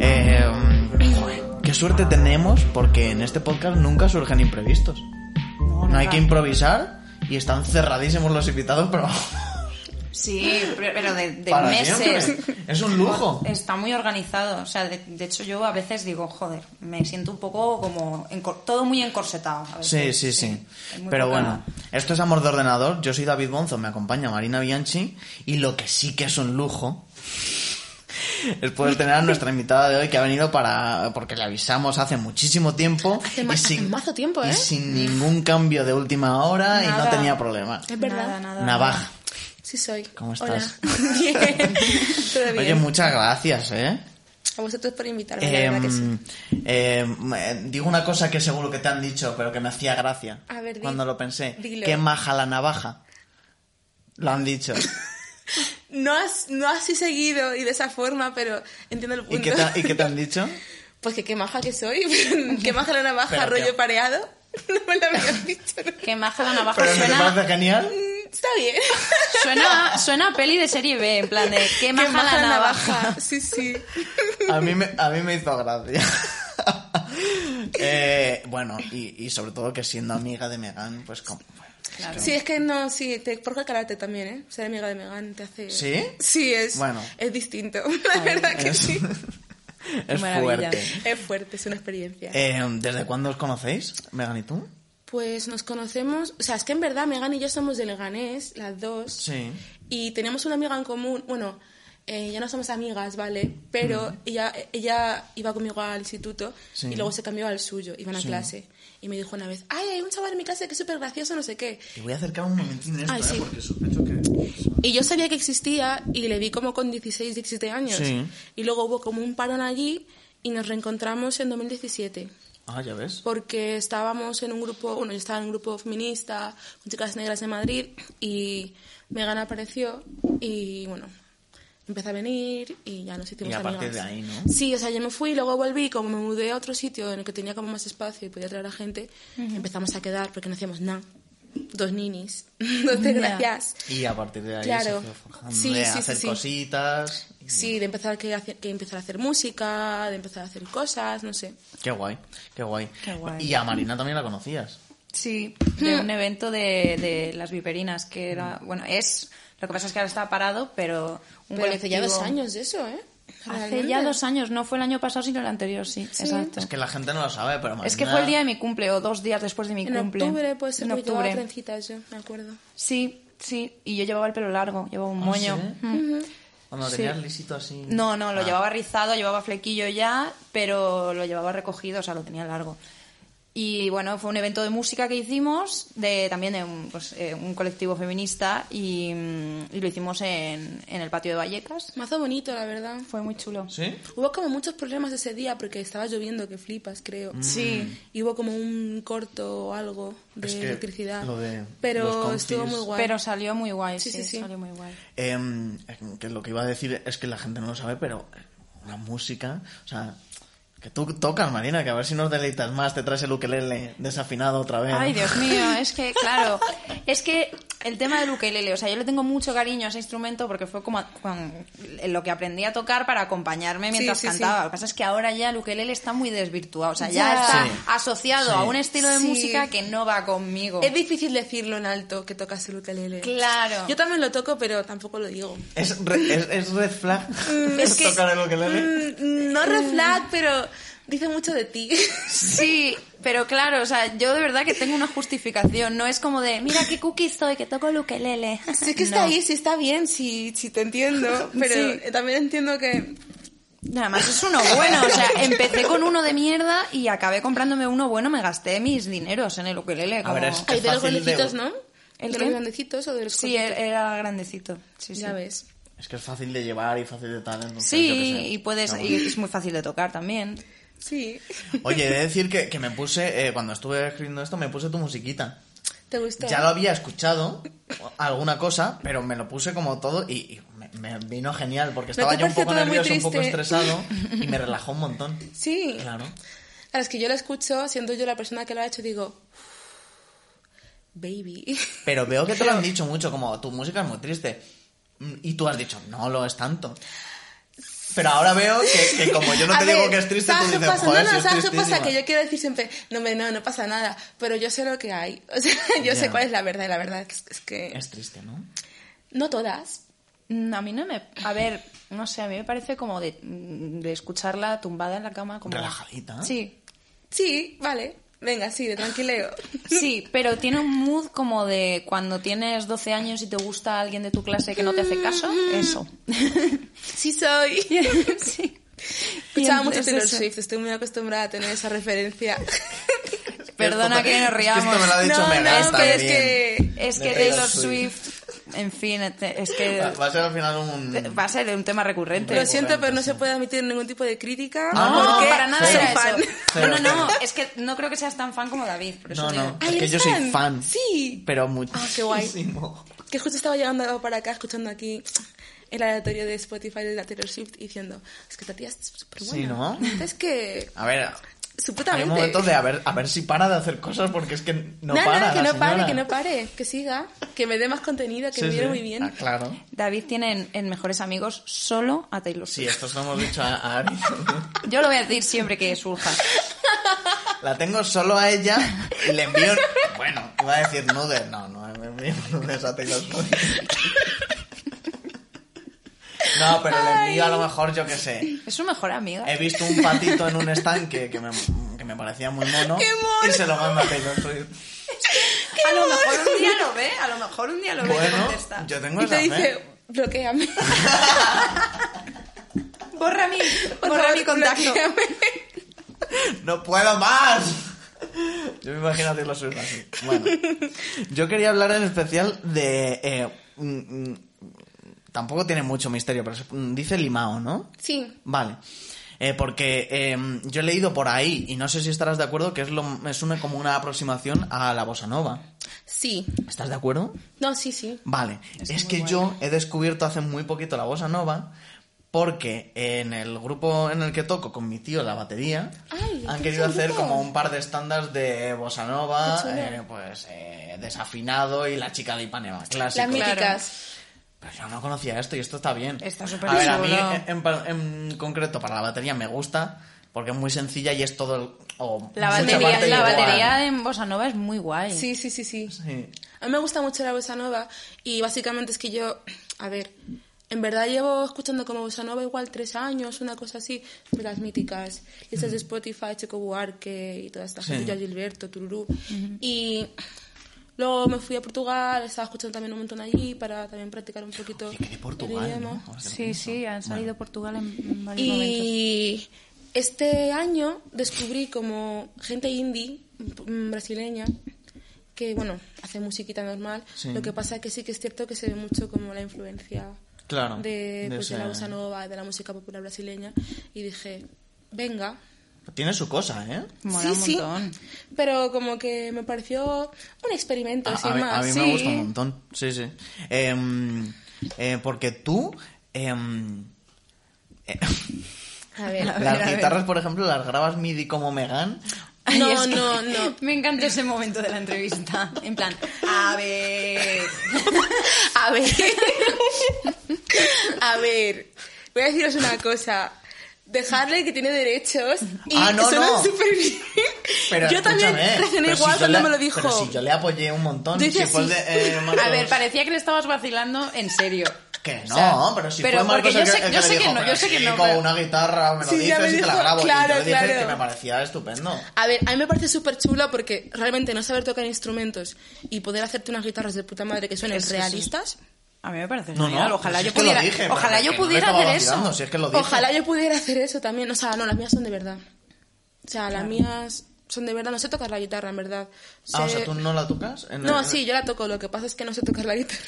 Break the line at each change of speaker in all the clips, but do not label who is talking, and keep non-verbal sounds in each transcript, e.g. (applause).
Eh, um, suerte tenemos porque en este podcast nunca surgen imprevistos.
No,
No hay que
nada.
improvisar y están cerradísimos los invitados, pero
Sí, pero de, de
para
meses.
siempre. Es un
(laughs)
lujo.
Está muy organizado. O sea, de, de hecho yo a veces digo, joder, me siento un poco como... encor- todo muy encorsetado. a
Sí,
veces.
sí, sí.
Hay muy
Pero
poca-
bueno, esto es Amor de Ordenador. Yo soy David Bonzo, me acompaña Marina Bianchi. Y lo que sí que es un lujo (laughs) es poder tener a nuestra invitada de hoy que ha venido para. porque le avisamos hace muchísimo tiempo.
Hace ma- hace mazo tiempo,
Y
¿eh?
sin ningún cambio de última hora y no
Nada.
tenía problema.
Es verdad.
Nada, nada.
Navaja.
Sí soy.
¿Cómo estás?
Hola. (laughs)
(laughs)
bien. Todo bien.
Oye, muchas gracias, ¿eh?
A vosotros por invitarme, la verdad que sí.
Em, em, eh, digo una cosa que seguro que te han dicho, pero que me hacía gracia
A ver, di-
cuando lo pensé.
dilo.
Qué maja la navaja. Lo han dicho.
No, as- no así seguido y de esa forma, pero entiendo el punto.
¿Y qué te, y qué te han dicho?
(laughs) Pues que qué maja que soy. (laughs) qué maja la navaja,
Pero
rollo
que-
pareado. (laughs) No me lo habían dicho. nunca.
Que más que la
Ah,
navaja
¿Pero no te
suena,
parece genial?
Mm, Está bien.
suena, suena a peli de serie B, en plan de que
Qué
maja
maja
la navaja.
Sí, sí.
A mí me, a mí me hizo
(laughs)
gracia. Eh, bueno, y, y sobre todo que siendo amiga de Megan, pues como...
Claro.
Sí, es que no, sí, te forja karate también, ¿eh? Ser amiga de Megan te hace...
¿Sí?
Sí, es,
Bueno.
es distinto. (laughs) La verdad Ah, que
Es,
sí.
(laughs) es
Maravilla.
fuerte.
Es fuerte, es una experiencia.
Eh, ¿Desde cuándo os conocéis, Megan y tú?
Pues nos conocemos, o sea, es que en verdad Megan y yo somos de Leganés, las dos,
Sí.
y tenemos una amiga en común, bueno, eh, ya no somos amigas, ¿vale? Pero ella, ella iba conmigo al instituto
Sí.
y luego se cambió al suyo, iban a
Sí.
clase, y me dijo una vez, ay, hay un chaval en mi clase que es súper gracioso, no sé qué.
Te voy a acercar un momentín esto,
Ay,
eh,
sí.
porque sospecho que...
Y yo sabía que existía y le vi como con 16, 17 años,
Sí.
y luego hubo como un parón allí y nos reencontramos en 2017.
Ah, ya ves.
porque estábamos en un grupo, bueno, yo estaba en un grupo feminista con chicas negras de Madrid y Megan apareció y bueno, empecé a venir y ya nos hicimos
Y a partir
amigas.
de ahí, ¿no?
Sí, o sea, yo me fui, luego volví, como me mudé a otro sitio en el que tenía como más espacio y podía traer a gente, empezamos a quedar porque no hacíamos nada. Dos ninis, (laughs) dos desgracias.
Y a partir de ahí
Claro.
se fue forjando
Sí,
de
sí, sí,
hacer
sí.
cositas.
Sí, de empezar, que, hacer- que empezar a hacer música, de empezar a hacer cosas, no sé.
Qué guay, qué guay.
Qué guay.
Y a Marina también la conocías.
Sí,
Hmm.
de un evento de, de las viperinas, que era, bueno, es, lo que pasa es que ahora está parado, pero un
Pero hace ya
colectivo-
dos años de eso, ¿eh?
Hace
Realmente.
ya dos años, no fue el año pasado, sino el anterior, sí, exacto.
Es que la gente no lo sabe, pero Marina...
Es que fue el día de mi cumple o dos días después de mi
En
cumple.
octubre puede ser
En
que llevaba
octubre.
trencitas yo, me acuerdo.
Sí, sí, y yo llevaba el pelo largo, llevaba un
¿Ah,
moño.
sí?
Mm.
Cuando
Sí.
tenías lisito así...
No, no, lo
Ah,
llevaba rizado, llevaba flequillo ya, pero lo llevaba recogido, o sea, lo tenía largo. Y bueno, fue un evento de música que hicimos, de, también de un, pues, eh, un colectivo feminista, y, mm, y lo hicimos en, en el patio de Vallecas.
Mazo bonito, la verdad.
Fue muy chulo.
¿Sí?
Hubo como muchos problemas ese día porque estaba lloviendo que flipas, creo.
Mm. Sí.
Y hubo como un corto o algo de
Es que
electricidad.
lo de los
pero
confis-
estuvo muy guay.
Pero salió muy guay, sí,
Sí, sí, sí.
salió muy guay.
Em, que lo que iba a decir es que la gente no lo sabe, pero la música... O sea, que tú tocas, Marina, que a ver si nos deleitas más, te traes el ukelele desafinado otra vez.
Ay, Dios mío, es que, claro, es que el tema del ukelele, o sea, yo le tengo mucho cariño a ese instrumento porque fue como a- con lo que aprendí a tocar para acompañarme mientras
sí, sí.
cantaba. Lo que pasa es que ahora ya el ukelele está muy desvirtuado, o sea, ya,
Ya.
está
Sí.
asociado
Sí.
a un estilo de
Sí.
música que no va conmigo.
Es difícil decirlo en alto que tocas el ukelele.
Claro.
Yo también lo toco, pero tampoco lo digo.
¿Es, re- es, es red flag (laughs)
es que-
tocar el ukelele?
Mm, no red flag, pero dice mucho de ti. (laughs)
Sí, pero claro, o sea, yo de verdad que tengo una justificación, no es como de, mira qué cookie soy, que toco el (laughs) ukelele.
Sí que está
No.
ahí, sí está bien, sí, sí
(laughs)
te entiendo, pero
Sí.
también entiendo que
Nada más es uno bueno, o sea, empecé con uno de mierda y acabé comprándome uno bueno, me gasté mis dineros en el ukelele. Como...
ver, es-
Hay de los
fácil de-
grandecitos, ¿no?
¿El
¿De
qué?
los grandecitos o de los
Sí,
cortitos?
era- era grandecito. Sí, sí.
Ya ves.
Es que es fácil de llevar y fácil de tal. entonces, yo qué sé.
Sí, y puedes,
Pero
y
bueno.
es muy fácil de tocar también.
Sí.
Oye, he de decir que, que me puse, eh, cuando estuve escribiendo esto, me puse tu musiquita.
¿Te gustó?
Ya lo había escuchado, alguna cosa, pero me lo puse como todo y, y me, me vino genial, porque
¿No te
estaba yo un
pareció
poco
todo muy
nervioso, un poco
triste?
estresado y me relajó un montón.
Sí.
Claro.
Claro, es que yo lo escucho, siendo yo la persona que lo ha hecho, digo... Baby.
Pero veo que te lo han dicho mucho, como tu música es muy triste. Mm, Y tú has dicho, no lo es tanto. Pero ahora veo que, que como yo no
(laughs) A
te digo
ver,
que es triste,
¿sabes
tú
qué
dices,
pasa?
joder,
no,
si
no,
es
¿sabes qué
tristísima".
pasa? Que yo quiero decir siempre, no, me- no, no pasa nada, pero yo sé lo que hay. (laughs) O sea, yo
Ya.
sé cuál es la verdad, y la verdad es, es que...
Es triste, ¿no?
No todas.
Mm, A mí no me. A ver, no sé, a mí me parece como de, mm, de escucharla tumbada en la cama, como.
Relajadita.
Sí,
Sí, vale, venga, sí, de tranquileo. (laughs)
sí, pero tiene un mood como de cuando tienes 12 años y te gusta alguien de tu clase que no te hace caso. Eso.
Sí soy.
sí.
Escuchaba mucho
Entonces,
Taylor
eso.
Swift, estoy muy acostumbrada a tener esa referencia.
Perdona que nos riamos.
Esto me lo ha dicho
No,
Megan
no, pero
también.
es que-
Es
De
que
Taylor
Taylor
Swift.
Swift, en fin, es que
Va, va a ser al final un...
va a ser un tema recurrente.
Lo siento, pero no se puede admitir ningún tipo de crítica.
Ah, No,
No,
¿por qué?
para nada
Soy
era
fan.
eso.
Cero,
no, no, no,
cero.
es que no creo que seas tan fan como David, por eso
No,
digo.
no,
Ah,
es que
¿eres
yo soy
fan?
fan.
Sí.
Pero mucho.
Ah, qué guay.
Muchísimo.
Que justo estaba llegando para acá escuchando aquí el aleatorio de Spotify de la Taylor Swift y diciendo, es que esta tía es súper buena.
Sí, ¿no?
Es que,
A ver,
su puta
hay
mente.
momentos de a ver, a ver si para de hacer cosas porque es que no
Nada,
para
que
la
no pare,
señora.
que no pare, que siga, que me dé más contenido, que
Sí,
me viene
sí.
muy bien.
Ah, claro.
David tiene en, en mejores amigos solo a Taylor
Sí,
Swift.
esto se lo hemos dicho a, a
(laughs)
Ari.
Yo lo voy a decir siempre que surja.
La tengo solo a ella y le envío... Bueno, iba a decir nudes. No, no, me envío nudes a Taylor Swift. No, pero le envío a lo mejor, yo qué sé,
Es su mejor amiga.
He visto un patito en un estanque que me, que me parecía muy mono
¡Qué mono!
y se lo manda a Taylor Swift.
A lo mejor un día lo ve, a lo mejor un día lo ve y te
Bueno, ¿eh?
contesta.
yo tengo
y te
esa
dice,
fe.
bloqueame.
(laughs) Borra mi,
Por
borra
favor,
mi contacto.
bloquéame.
¡No puedo más! Yo me imagino a Taylor Swift así. Bueno, yo quería hablar en especial de... eh, mm, mm, tampoco tiene mucho misterio, pero es- mm, dice Limao, ¿no?
Sí,
Vale. Eh, porque eh, yo he leído por ahí, y no sé si estarás de acuerdo, que es, lo, es una, como una aproximación a la bossa nova.
sí.
¿Estás de acuerdo?
No, sí, sí.
Vale, es,
Es
que
muy
yo he descubierto hace muy poquito la bossa nova porque en el grupo en el que toco con mi tío la batería
Ay,
han
¿tienes
querido
un
hacer
grupo?
como un par de estándares de bossa nova,
Qué chulo.
eh, pues eh, desafinado y la chica de Ipanema,
Las
clásico.
míticas.
míticas.
Pero yo no conocía esto y esto está bien.
Está súper
A ver, a mí
chulo.
en, en par- en concreto para la batería me gusta porque es muy sencilla y es todo el- o
La
mucha
batería,
parte
la
igual.
batería en Bossa Nova es muy guay.
Sí, sí, sí, sí.
Sí.
A mí me gusta mucho la bossa nova y básicamente es que yo, a ver, en verdad llevo escuchando como bossa nova igual tres años, una cosa así, de las míticas, y esas de Spotify, Checo Buarque y toda esta
Sí.
gente, yo Gilberto, Tururú. Y luego me fui a Portugal, estaba escuchando también un montón allí para también practicar un poquito
Oye, que de
el
Portugal,
idioma.
¿no? Ahora que lo
Sí,
pienso.
sí, han
Bueno.
salido Portugal en, en varios momentos.
Y este año descubrí como gente indie mm, brasileña que, bueno, hace musiquita normal.
Sí.
Lo que pasa que sí que es cierto que se ve mucho como la influencia
Claro,
de,
Ah, de
pues, de
ese-
la bossa nova, de la música popular brasileña. Y dije, venga.
Tiene su cosa, ¿eh?
Mola un
sí,
montón.
sí. Pero como que me pareció un experimento,
A,
sin
a mí,
más.
a mí
Sí.
me gusta un montón, sí, sí. Em, eh, porque tú, em,
A ver, a ver, a
las
ver.
guitarras, por ejemplo, las grabas MIDI como Megan.
Ay,
No,
es que
no, no.
Me encanta ese momento de la entrevista. En plan, a (laughs) ver.
A ver. (laughs) A ver. Voy a deciros una cosa. Dejarle que tiene derechos y
Ah, no,
suena
no.
súper bien.
Pero
yo
(laughs)
también
escúchame, eh.
reaccioné
pero si
igual
yo
cuando
le-
me lo dijo.
Pero si yo le apoyé un montón.
Yo hice
Si fue el de,
así.
eh, Marcos-
A ver, parecía que le estabas vacilando en serio.
Que no,
o sea,
pero si
pero
fue Marcos
porque
el
yo
que,
sé-
el
yo
le
sé que
dijo,
no, yo
"Pero
sé que
sí,
no,
con
pero-
una guitarra me lo
Sí, ya
dices
me
y te la
dijo,
grabo. Y
claro,
yo le dije
claro.
que me parecía estupendo.
A ver, a mí me parece súper chulo porque realmente no saber tocar instrumentos y poder hacerte unas guitarras de puta madre que suenen
Es que sí.
realistas.
A mí me parece
No,
genial.
no,
ojalá
si
yo
es que lo
pudiera,
dije, pero
ojalá
que no
yo
me
pudiera
estaba
hacer
vacilando,
eso.
si es que lo dije. Ah,
Ojalá yo pudiera hacer eso también. O sea, no, las mías son de verdad. O sea, las mías son de verdad. No sé tocar la guitarra, en verdad.
Ah, o
Sé-
sea, ¿tú no la tocas? En-
No,
en-
sí, yo la toco. Lo que pasa es que no sé tocar la guitarra.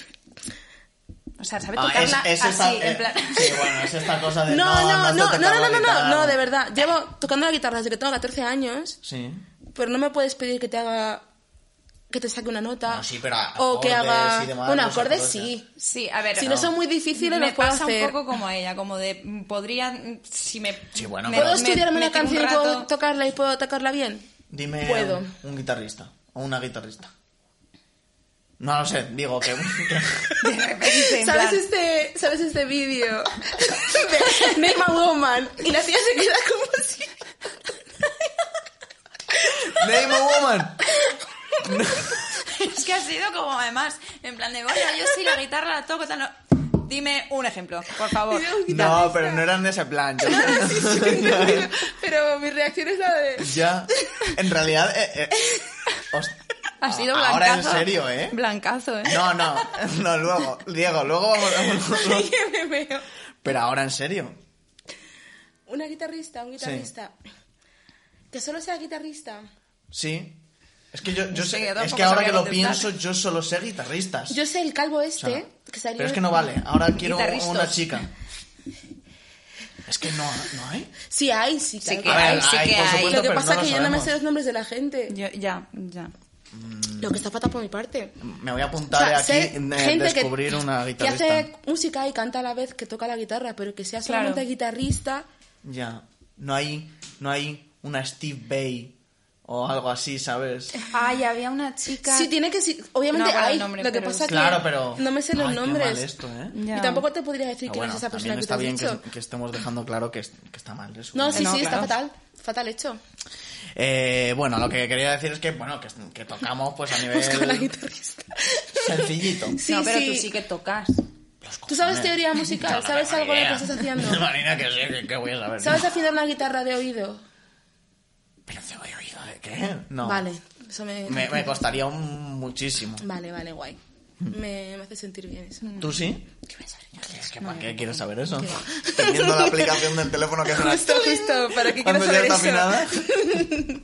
O sea, sabe
Ah, es-
tocarla
es
así,
esta-
en
eh,
plan.
Sí, bueno, es esta cosa de
No, no, no,
no,
no, no, no, no, no, no, de
verdad.
verdad. Llevo tocando la guitarra desde que tengo 14 años,
Sí.
pero no me puedes pedir que te haga que te saque una nota
No, sí, pero
o que
acordes
haga
y demás,
bueno,
los
acordes
acordes,
sí.
Sí, a ver.
Si no son muy difíciles
me
los puedo
pasa
hacer.
un poco como ella, como de mm, podría mm, si me
Sí, bueno,
me-
pero-
Puedo
me-
estudiarme una
metí un
canción y
rato-
puedo tocarla y puedo tocarla bien.
Dime
Puedo.
un guitarrista o una guitarrista. No lo sé, digo
(laughs)
que...
De repente, en
¿Sabes
plan,
este, ¿Sabes este vídeo (laughs) de Name a Woman? Y la tía se queda como si...
(laughs) Name a woman.
(laughs) Es que ha sido como además, en plan de, bueno, yo sí la guitarra la toco, tal, no. Dime un ejemplo, por favor.
No, pero no eran de ese plan.
(laughs)
yo-
Pero mi reacción es la de... (laughs)
ya, en realidad... eh, eh, host-
Ha sido blancazo.
Ah, Ahora en serio, ¿eh?
Blancazo, ¿eh?
No, no, no, luego, Diego, luego vamos... vamos-
que me veo.
Pero ahora en serio.
Una guitarrista, un guitarrista. Que solo sea guitarrista.
Sí. Es que yo, yo
Sí,
sé,
yo
es
tampoco
que ahora
sabría
que lo
contestar.
pienso, yo solo sé guitarristas.
Yo sé el calvo este,
O sea,
que salió...
pero es que no vale, ahora quiero
Guitarristas.
una chica. Es que no, no hay.
Sí, hay, sí,
Sí
calvo.
que
A ver,
hay, sí
hay,
que
por
hay.
supuesto,
Lo que
pero
pasa
no
es que
lo
yo no me
sabemos.
sé los nombres de la gente.
Yo- ya, ya.
Lo que está fatal por mi parte.
Me voy a
O
apuntar
sea,
aquí
sé
en eh,
gente que-
descubrir una
que
guitarrista.
hace música y canta a la vez que toca la guitarra, pero que sea
Claro.
solamente guitarrista.
Ya. No hay, no hay una Steve Bay o algo así, ¿sabes?
Ay, había una chica.
Sí, tiene que sí. Obviamente
No, bueno, el
hay.
nombre,
lo que
pero-
pasa
Claro,
que
pero.
no me sé los
Ay, qué mal
nombres.
esto, ¿eh?
Ya.
Y tampoco te podría decir
Ah,
quién
bueno,
es esa
también
persona que
está
te has
bien que,
dicho.
que estemos dejando claro que, es- que está mal. eso.
No, sí,
No,
sí, está
claro.
fatal. Fatal hecho. (laughs)
Eh, bueno, lo que quería decir es que, bueno, que, que tocamos pues a
(laughs) Busca la
nivel
guitarrista.
sencillito.
Sí,
no, pero
sí.
tú sí que tocas.
(laughs) ¿Tú sabes
Cojones.
teoría
Yo
musical?
no
¿Sabes
tengo
algo de lo
idea.
que estás
(laughs)
haciendo?
Marina, que sé, que, que voy a saber.
¿Sabes afinar una guitarra de oído?
Pero te voy oído, ¿eh? ¿qué? No.
Vale, eso me...
Me, (laughs) me costaría un- muchísimo.
Vale, vale, guay.
Hmm.
Me, me hace sentir bien eso.
¿Tú sí?
¿Qué me sale?
Es que ¿para qué quieres saber eso? Teniendo
(laughs)
la aplicación del teléfono que es una
Justo, justo, ¿para qué
Cuando
quieres saber
ya
eso?
está
(laughs)
afinada.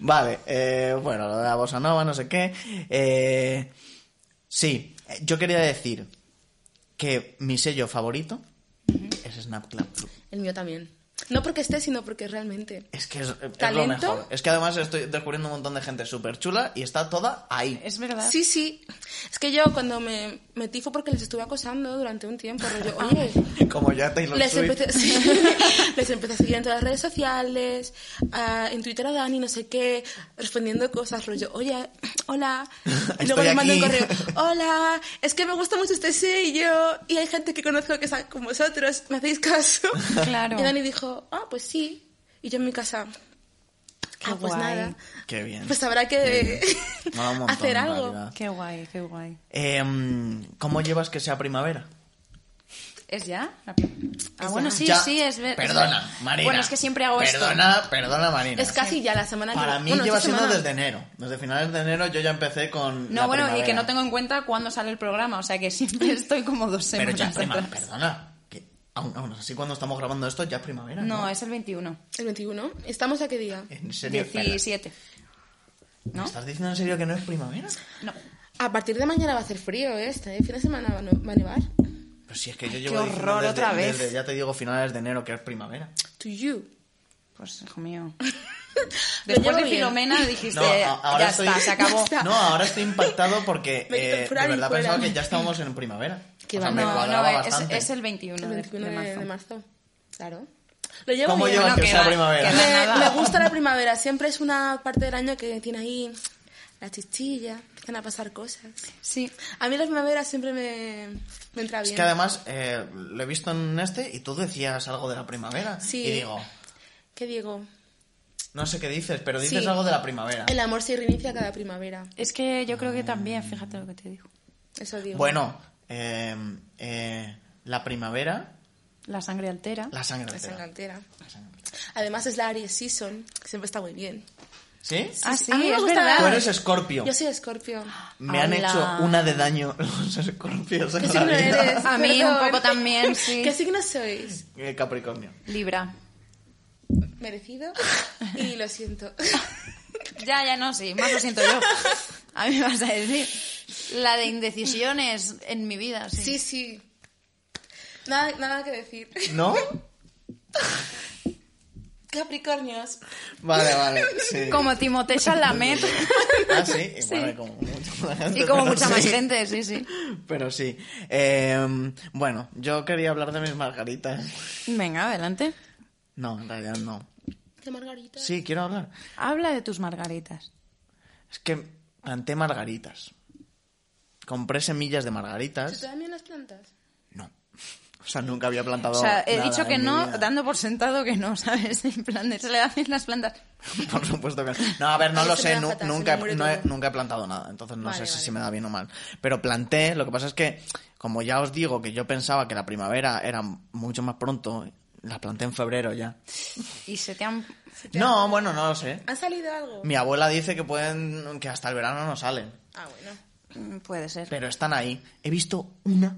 vale, eh, bueno, lo de la bossa nova, no sé qué. Eh, sí, yo quería decir que mi sello favorito es Snapclap Club.
El mío también. No porque esté, sino porque realmente...
Es que es, es lo
¿Talento?
mejor. Es que además estoy descubriendo un montón de gente súper chula y está toda ahí.
Es verdad.
Sí, sí. Es que yo cuando me metí fue porque les estuve acosando durante un tiempo. rollo,
Ah.
oye,
(laughs) Como ya Taylor
les
Swift. (laughs)
empecé, sí, les empecé a seguir en todas las redes sociales, ah, en Twitter a Dani, no sé qué, respondiendo cosas, rollo, oye,
(laughs)
hola. Y luego
Estoy
les mando un
aquí.
correo,
(laughs)
hola, es que me gusta mucho este sello y hay gente que conozco que está con vosotros, ¿me
(laughs)
hacéis caso?
Claro.
Y Dani dijo, ah, pues sí. Y yo en mi casa, ah, pues
guay.
nada.
Qué bien.
Pues habrá que (laughs)
Mola un montón,
hacer
en
algo.
realidad.
Qué guay, qué guay.
Em, ¿Cómo llevas que sea primavera?
¿Es ya? Ah,
ya.
bueno, sí,
Ya.
sí, es ver-
Perdona,
es-
Marina.
Bueno, es que siempre hago esto.
perdona, Perdona, Marina.
Es casi ya la semana que
Para mí
bueno,
lleva
esta
siendo
semana.
desde enero. Desde finales de enero yo ya empecé con.
No,
la
bueno, y que
primavera.
no tengo en cuenta cuándo sale el programa, o sea que siempre (laughs) estoy como dos
Pero
semanas
ya es primavera,
atrás.
perdona. Que aún, aún así, cuando estamos grabando esto, ya es primavera. No,
No, es el 21,
El 21. ¿Estamos a qué día?
En serio, espera.
17.
¿Me
¿No?
¿Estás diciendo en serio que no es
(laughs)
primavera?
No.
A partir de mañana va a hacer frío, ¿eh? Este fin de semana va a no- va a nevar.
Pero si es que yo llevo
horror,
diciendo desde,
otra vez.
desde, ya te digo, finales de enero, que es primavera.
To you.
Pues, hijo
(laughs)
mío.
Lo
Después
llevo
de
bien.
Filomena dijiste,
No, a- ahora
ya
estoy-
está, se acabó.
Ya está.
(laughs) No, ahora estoy impactado porque
Me quito el
eh, de
fuera y
verdad
fuera.
pensaba que ya estábamos en primavera.
Que
O sea,
va,
me
No,
cuadraba
no, es,
bastante.
es el 21,
El
de-
21
de,
de,
marzo.
de marzo. Claro. Lo llevo
¿Cómo
bien.
llevas
no,
que
que
sea
va,
primavera?
que va.
me,
Nada.
me gusta la primavera. Siempre es una parte del año que tiene ahí la chichilla. Empiezan a pasar cosas.
Sí.
A mí la primavera siempre me, me entra
Es
bien.
que además eh, lo he visto en este y tú decías algo de la primavera.
Sí.
Y digo,
¿Qué digo?
no sé qué dices, pero dices
Sí.
algo de la primavera.
El amor se reinicia cada primavera.
Es que yo creo que también, fíjate lo que te digo.
Eso digo.
Bueno, eh, eh, la primavera,
La sangre altera.
la sangre.
La
altera.
sangantera.
La sangre.
Además es la Aries Season. que Siempre está muy bien.
¿Sí?
Ah, sí,
A mí me
es
gusta-
Tú
verdad.
eres escorpio.
Yo soy escorpio.
Me han
Hola.
hecho una de daño (laughs) los escorpios en
¿Qué
la
signo
vida.
eres?
A mí un
Perdón.
poco también, sí.
¿Qué signo sois?
(laughs) Eh, Capricornio.
(laughs)
Libra.
Merecido y lo
(laughs)
siento.
Ya, ya no, sí, más lo siento yo. A mí me vas a decir. La de indecisiones en mi vida, sí.
Sí, sí. Nada, nada que decir.
¿No?
Capricornios.
Vale, vale. Sí.
(laughs) Como
(laughs)
Timothée Chalamet
Ah, sí. Y bueno, como mucha más gente,
y como
pero
mucha más
sí.
gente, sí, sí.
Pero sí. Eh, bueno, yo quería hablar de mis margaritas.
Venga, adelante.
No, en realidad no.
De Margarita.
Sí, quiero hablar.
Habla de tus margaritas.
Es que planté margaritas. compré semillas de
¿Se te
margaritas.
dan bien las plantas?
No. O sea, nunca había plantado.
O sea, he
nada
dicho que
en mi
no,
vida.
dando por sentado que no, (laughs) ¿sabes? En plan, de, se le dan bien las plantas.
(laughs) Por supuesto que no. no. A ver, no
A mí
lo
se
sé,
me da
nu-
fatal, se
nunca,
me muere
he, no he-
todo.
nunca he plantado nada, entonces no
Vale,
sé si-
vale.
si me da bien o mal. Pero planté, lo que pasa es que, como ya os digo, que yo pensaba que la primavera era mucho más pronto, las planté en febrero ya.
Y se te han...
No, bueno, no lo sé.
¿Han salido algo?
Mi abuela dice que pueden, que hasta el verano no salen,
Ah, bueno.
Mm, Puede ser.
pero están ahí. He visto una,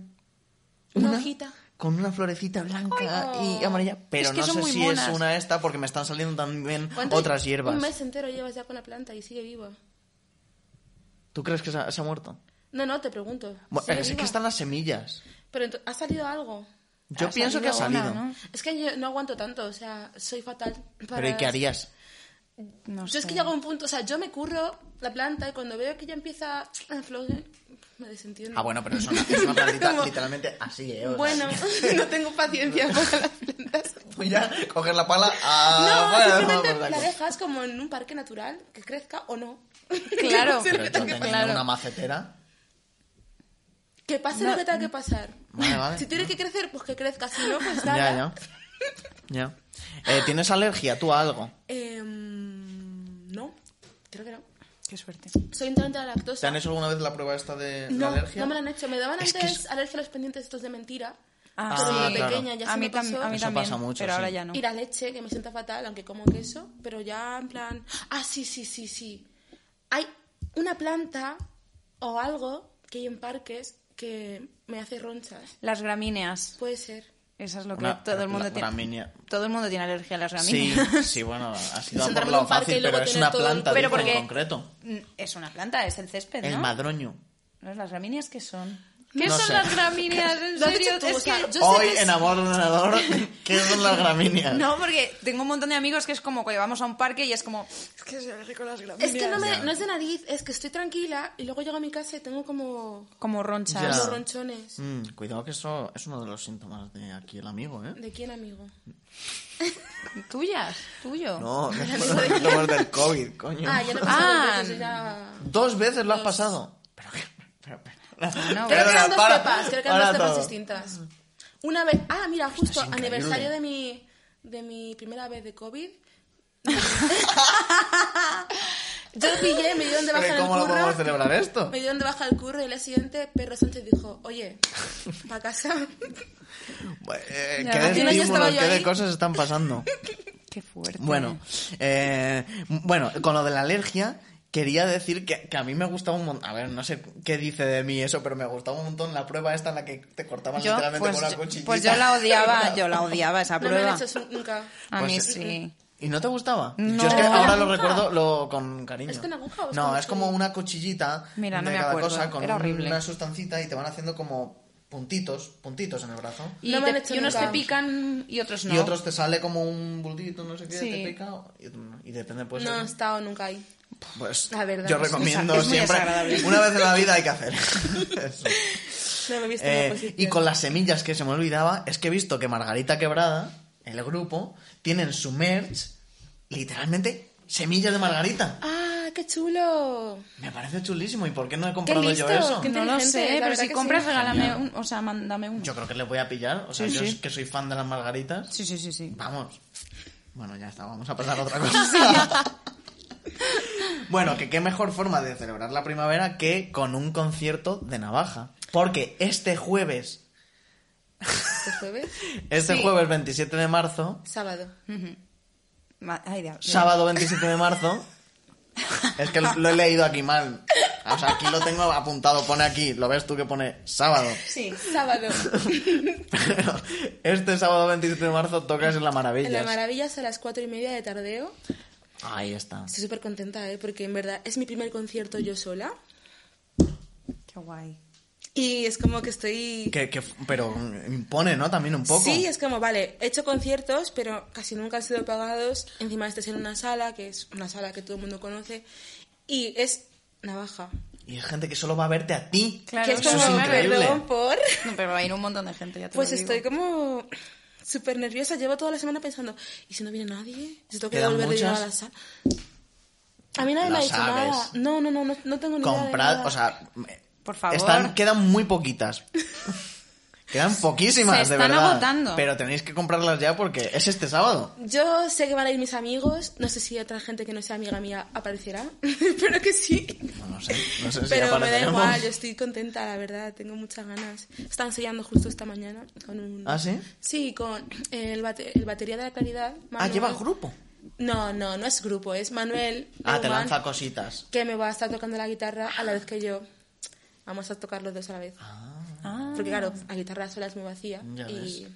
Una
Una.
hojita.
con una florecita blanca
Ay, no.
y amarilla, pero
Es que
no
son
sé
muy
si
monas.
es una esta porque me están saliendo también
¿Cuánto-
otras hierbas.
Un mes entero llevas ya con la planta y sigue viva.
¿Tú crees que se ha, se ha muerto?
No, no, te pregunto.
Bueno,
¿Sigue
es
viva?
que están las semillas.
Pero ento- ¿ha salido algo?
Yo
Ha
pienso que ha
salido
salido.
una, ¿no?
Es que yo no aguanto tanto, o sea, soy fatal para...
Pero ¿y qué harías?
No
Yo es
sé.
que llego a un punto, o sea, yo me curro la planta y cuando veo que ya empieza a florecer, me desentiendo.
Ah, bueno, pero es
(laughs)
una, es una plantita
Como-
literalmente así, ¿eh? O sea, (laughs)
Bueno, (laughs) no tengo paciencia para las plantas.
tú ya coges la pala.
No,
Ah, bueno,
simplemente
pues,
la
saco.
dejas como en un parque natural, que crezca o no.
Claro.
No sé lo
Pero yo
que tenga que
teniendo
pasar.
una macetera.
(laughs) Que pase lo que tenga que pasar.
Vale, vale.
Si tiene que crecer, pues que crezca. Si no, pues nada.
Ya,
(laughs)
ya. Ya. Eh, ¿Tienes alergia tú a algo?
Em, no, creo que no.
Qué suerte.
Soy intolerante a la
¿Te
lactosa.
han hecho alguna vez la prueba esta de la
No,
alergia?
no me la han hecho. Me daban
Es que
antes
es-
alergia a los pendientes estos de mentira.
Ah,
pero
sí.
de pequeña
claro.
ya se
a mí,
me pasó.
tam- a mí
Eso
también,
pasa mucho,
pero
sí.
ahora ya no.
Y la leche, que me sienta fatal, aunque como queso, pero ya en plan... Ah, sí, sí, sí, sí. Hay una planta o algo que hay en parques que me hace ronchas.
Las gramíneas.
Puede ser.
Eso es lo que
Una-
todo el
la-
mundo
la
tiene.
gramínea.
Todo el mundo tiene alergia a las
Sí,
gramíneas. (laughs)
(laughs)
sí, bueno, ha sido
Sentarme
por
en
lo
un parque y
fácil,
luego
pero es
tener
una
todo el-
planta
Pero
dice,
porque-
en concreto.
Mm, Es una planta, es el césped,
El
¿no?
madroño.
¿No es las gramíneas qué son? ¿Qué
No
son
sé.
las
(laughs)
gramíneas? ¿En
Lo has
serio?
dicho tú,
Es
o sea,
que-
yo sé
Hoy
que es-
en Amor Ordenador, (laughs) ¿qué son las gramíneas?
No, porque tengo un montón de amigos que es como que vamos a un parque y es como... Es que se rico las gramíneas.
Es que no, me, no es de nariz, es que estoy tranquila y luego llego a mi casa y tengo como...
Como ronchas.
Ya.
Los ronchones.
Mm, cuidado que eso es uno de los síntomas de aquí el amigo, ¿eh?
¿De quién, amigo?
Tuyas, tuyo.
No,
(laughs)
no son síntomas del COVID, coño.
Ah, ya no he
Ah.
pasado dos veces, era-
Dos veces lo has pasado. Pero, pero, pero,
Bueno,
Ah, Creo que
Perdona,
eran dos
para-
cepas, creo que eran dos
para
cepas
todo.
distintas. Una vez, ah, mira, justo
es increíble.
aniversario de mi, de mi primera vez de COVID. (laughs) Yo pillé, me dieron de baja
Pero,
en el
¿Cómo lo podemos
curro.
celebrar esto?
Me dieron de baja el curro y el día siguiente Pedro Sánchez dijo,
(laughs)
oye, para casa.
Bueno, eh,
Ya,
qué
hace
de
un año estaba
estímulos,
yo
qué de
ahí.
cosas están pasando.
Qué fuerte.
Bueno, eh, bueno, con lo de la alergia, quería decir que, que a mí me gustaba un montón. A ver, no sé qué dice de mí eso, pero me gustaba un montón la prueba esta en la que te cortaban
Yo,
literalmente
pues,
con una
yo-
cuchillita.
pues yo
(laughs)
la odiaba, yo la odiaba esa
No me
prueba.
han hecho eso nunca.
A mí
Pues,
sí.
¿Y no te gustaba?
No.
Yo es que
¿Es con
ahora lo
aguja?
recuerdo lo, con cariño.
¿Es con aguja o es
No,
con
es como una cuchillita
Mira, no
de
me
cada
acuerdo,
cosa con
era
un-
horrible.
una sustancita y te van haciendo como puntitos, puntitos en el brazo.
Y,
No me
te-
han hecho
y unos
nunca.
te pican y otros Pues no.
Y otros te sale como un bultito, no sé qué,
Sí.
te pica y, otro no. Y depende pues...
No he
el-
estado nunca ahí.
Pues
La verdad,
yo
(laughs) es-
recomiendo
es muy
siempre
desagradable.
una vez en la vida hay que
(laughs)
hacer. Eso.
No me he visto en
Eh,
la posición.
y con las semillas que se me olvidaba, es que he visto que Margarita Quebrada, el grupo, tienen su merch literalmente semillas de margarita.
Ah, qué chulo.
Me parece chulísimo. ¿Y por qué no he
Qué
comprado
listo.
yo eso?
qué
no lo
inteligente,
sé,
la
pero
verdad
si
que
compras,
sí.
regálame un... O sea, mándame uno.
Yo creo que le voy a pillar. O sea,
Sí,
yo
sí.
es que soy fan de las margaritas.
Sí, sí, sí, sí.
Vamos. Bueno, ya está, vamos a pasar a otra cosa. bueno, que qué mejor forma de celebrar la primavera que con un concierto de navaja. Porque este jueves,
¿Este (laughs) jueves?
este
Sí.
jueves 27 de marzo,
Sábado.
Ma- ay, de-
sábado 27 de marzo, es que lo he leído aquí mal. O sea, aquí lo tengo apuntado, pone aquí, lo ves tú que pone sábado.
Sí.
Sábado. (laughs)
Pero (laughs) este sábado 27 de marzo tocas en la
En la
maravilla.
Maravillas a las cuatro y media de tardeo.
Ahí está.
Estoy súper contenta, ¿eh? Porque en verdad es mi primer concierto yo sola.
Qué guay.
Y es como que estoy...
Que, que- pero impone, ¿no? También un poco.
Sí, es como, vale, he hecho conciertos, pero casi nunca han sido pagados. Encima este es en una sala, que es una sala que todo el mundo conoce. Y es navaja.
Y hay gente que solo va a verte a ti.
Claro,
que es
eso
como,
es increíble.
perdón por...
No, pero va a ir un montón de gente, ya te
Pues
lo digo.
estoy como súper nerviosa. Llevo toda la semana pensando, ¿y si no viene nadie? Si tengo que
¿Quedan
devolver dinero a
muchas?
la sala. A mí nadie
Lo
me ha dicho
sabes.
nada. No, no, no, no, no tengo ni idea de
Comprad,
nada.
o sea, me-
Por favor.
Están, quedan muy
(laughs)
poquitas. Quedan poquísimas,
Se
de
están
verdad.
agotando.
Pero tenéis que comprarlas ya porque es este sábado.
Yo sé que van a ir mis amigos, no sé si otra gente que no sea amiga mía aparecerá, (laughs) espero que sí.
No, no sé, no sé si
Pero me da
apareceremos.
igual, yo estoy contenta, la verdad, tengo muchas ganas. Están enseñando justo esta mañana con un...
¿Ah, sí?
Sí, con el, bate- el batería de la caridad.
Ah,
Manuel.
lleva grupo.
No, no, no es grupo, es Manuel.
Ah, te
Neumann,
lanza cositas.
Que me va a estar tocando la guitarra a la vez que yo. Vamos a tocar los dos a la vez.
Ah,
Porque claro, la guitarra sola es muy vacía.
Ya
y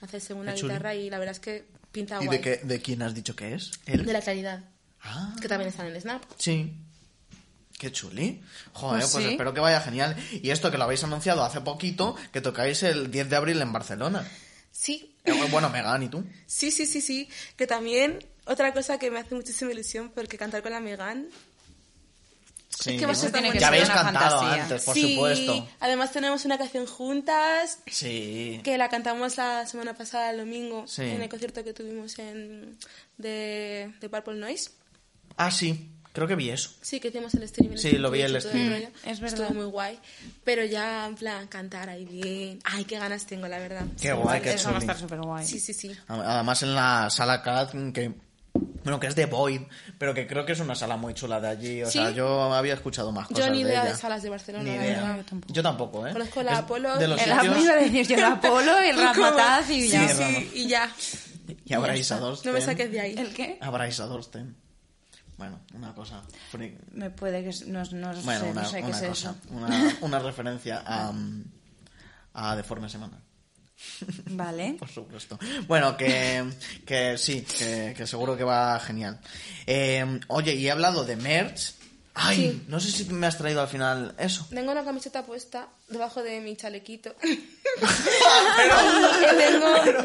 haces una
Qué chuli.
guitarra y la verdad es que pinta
¿Y
guay.
de, qué, de quién has dicho que es? ¿Él?
De la caridad.
Ah,
Que también está en el Snap.
sí. Qué chuli. Joder,
Pues
pues,
sí.
espero que vaya genial. Y esto que lo habéis anunciado hace poquito, que tocáis el 10 de abril en Barcelona. (laughs)
Sí,
Eh, Bueno, Megan, ¿y tú?
sí, sí, sí, sí. Que también otra cosa que me hace muchísima ilusión porque cantar con la Megan.
Sí,
que va a
¿no?
ser tan bueno.
Ya habéis
Tiene que ser una
cantado
fantasía.
antes, por
sí,
supuesto.
Además tenemos una canción juntas.
Sí.
Que la cantamos la semana pasada, el domingo,
Sí.
en el concierto que tuvimos en, de, de Purple Noise.
Ah, sí. Creo que vi eso.
Sí, que hicimos el streaming.
Sí,
en
lo vi el
Twitch y todo
stream.
rollo.
Mm, es verdad.
Estuvo muy guay. Pero ya, en plan, cantar ahí bien. Ay, qué ganas tengo, la verdad.
Qué
Sí,
guay, qué
Ah, eso va a
chuli.
estar súper guay.
Sí, sí, sí.
Además en la sala CAD que bueno que es de Void, pero que creo que es una sala muy chula de allí. O
¿Sí?
sea, yo había escuchado más cosas
Yo ni
de
idea
ella.
de salas de Barcelona,
Ni
la
idea.
verdad.
Yo tampoco. Yo tampoco, ¿eh?
Conozco la
Es
Apolo
de los
y-
El
sitios-
Apolo iba a decir yo el Apolo,
(laughs)
el Ramataz y
Sí,
ya.
Sí,
sí,
Rama.
y ya.
y habrá
Ya está.
Isador
(laughs) No me
Sten.
saques de ahí.
¿El qué?
Habrá Isador Sten. Bueno, una cosa. fri-
Me puede que no, no
Bueno,
sé,
una,
no sé qué
una cosa.
es eso. Ah.
Una, una referencia a, um, a Deforme Semanal.
Vale.
Por supuesto. Bueno, que, que sí, que, que seguro que va genial. Eh, oye, y he hablado de merch. Ay,
Sí.
no sé si me has traído al final eso.
Tengo una camiseta puesta debajo de
(laughs)
mi chalequito. Y tengo,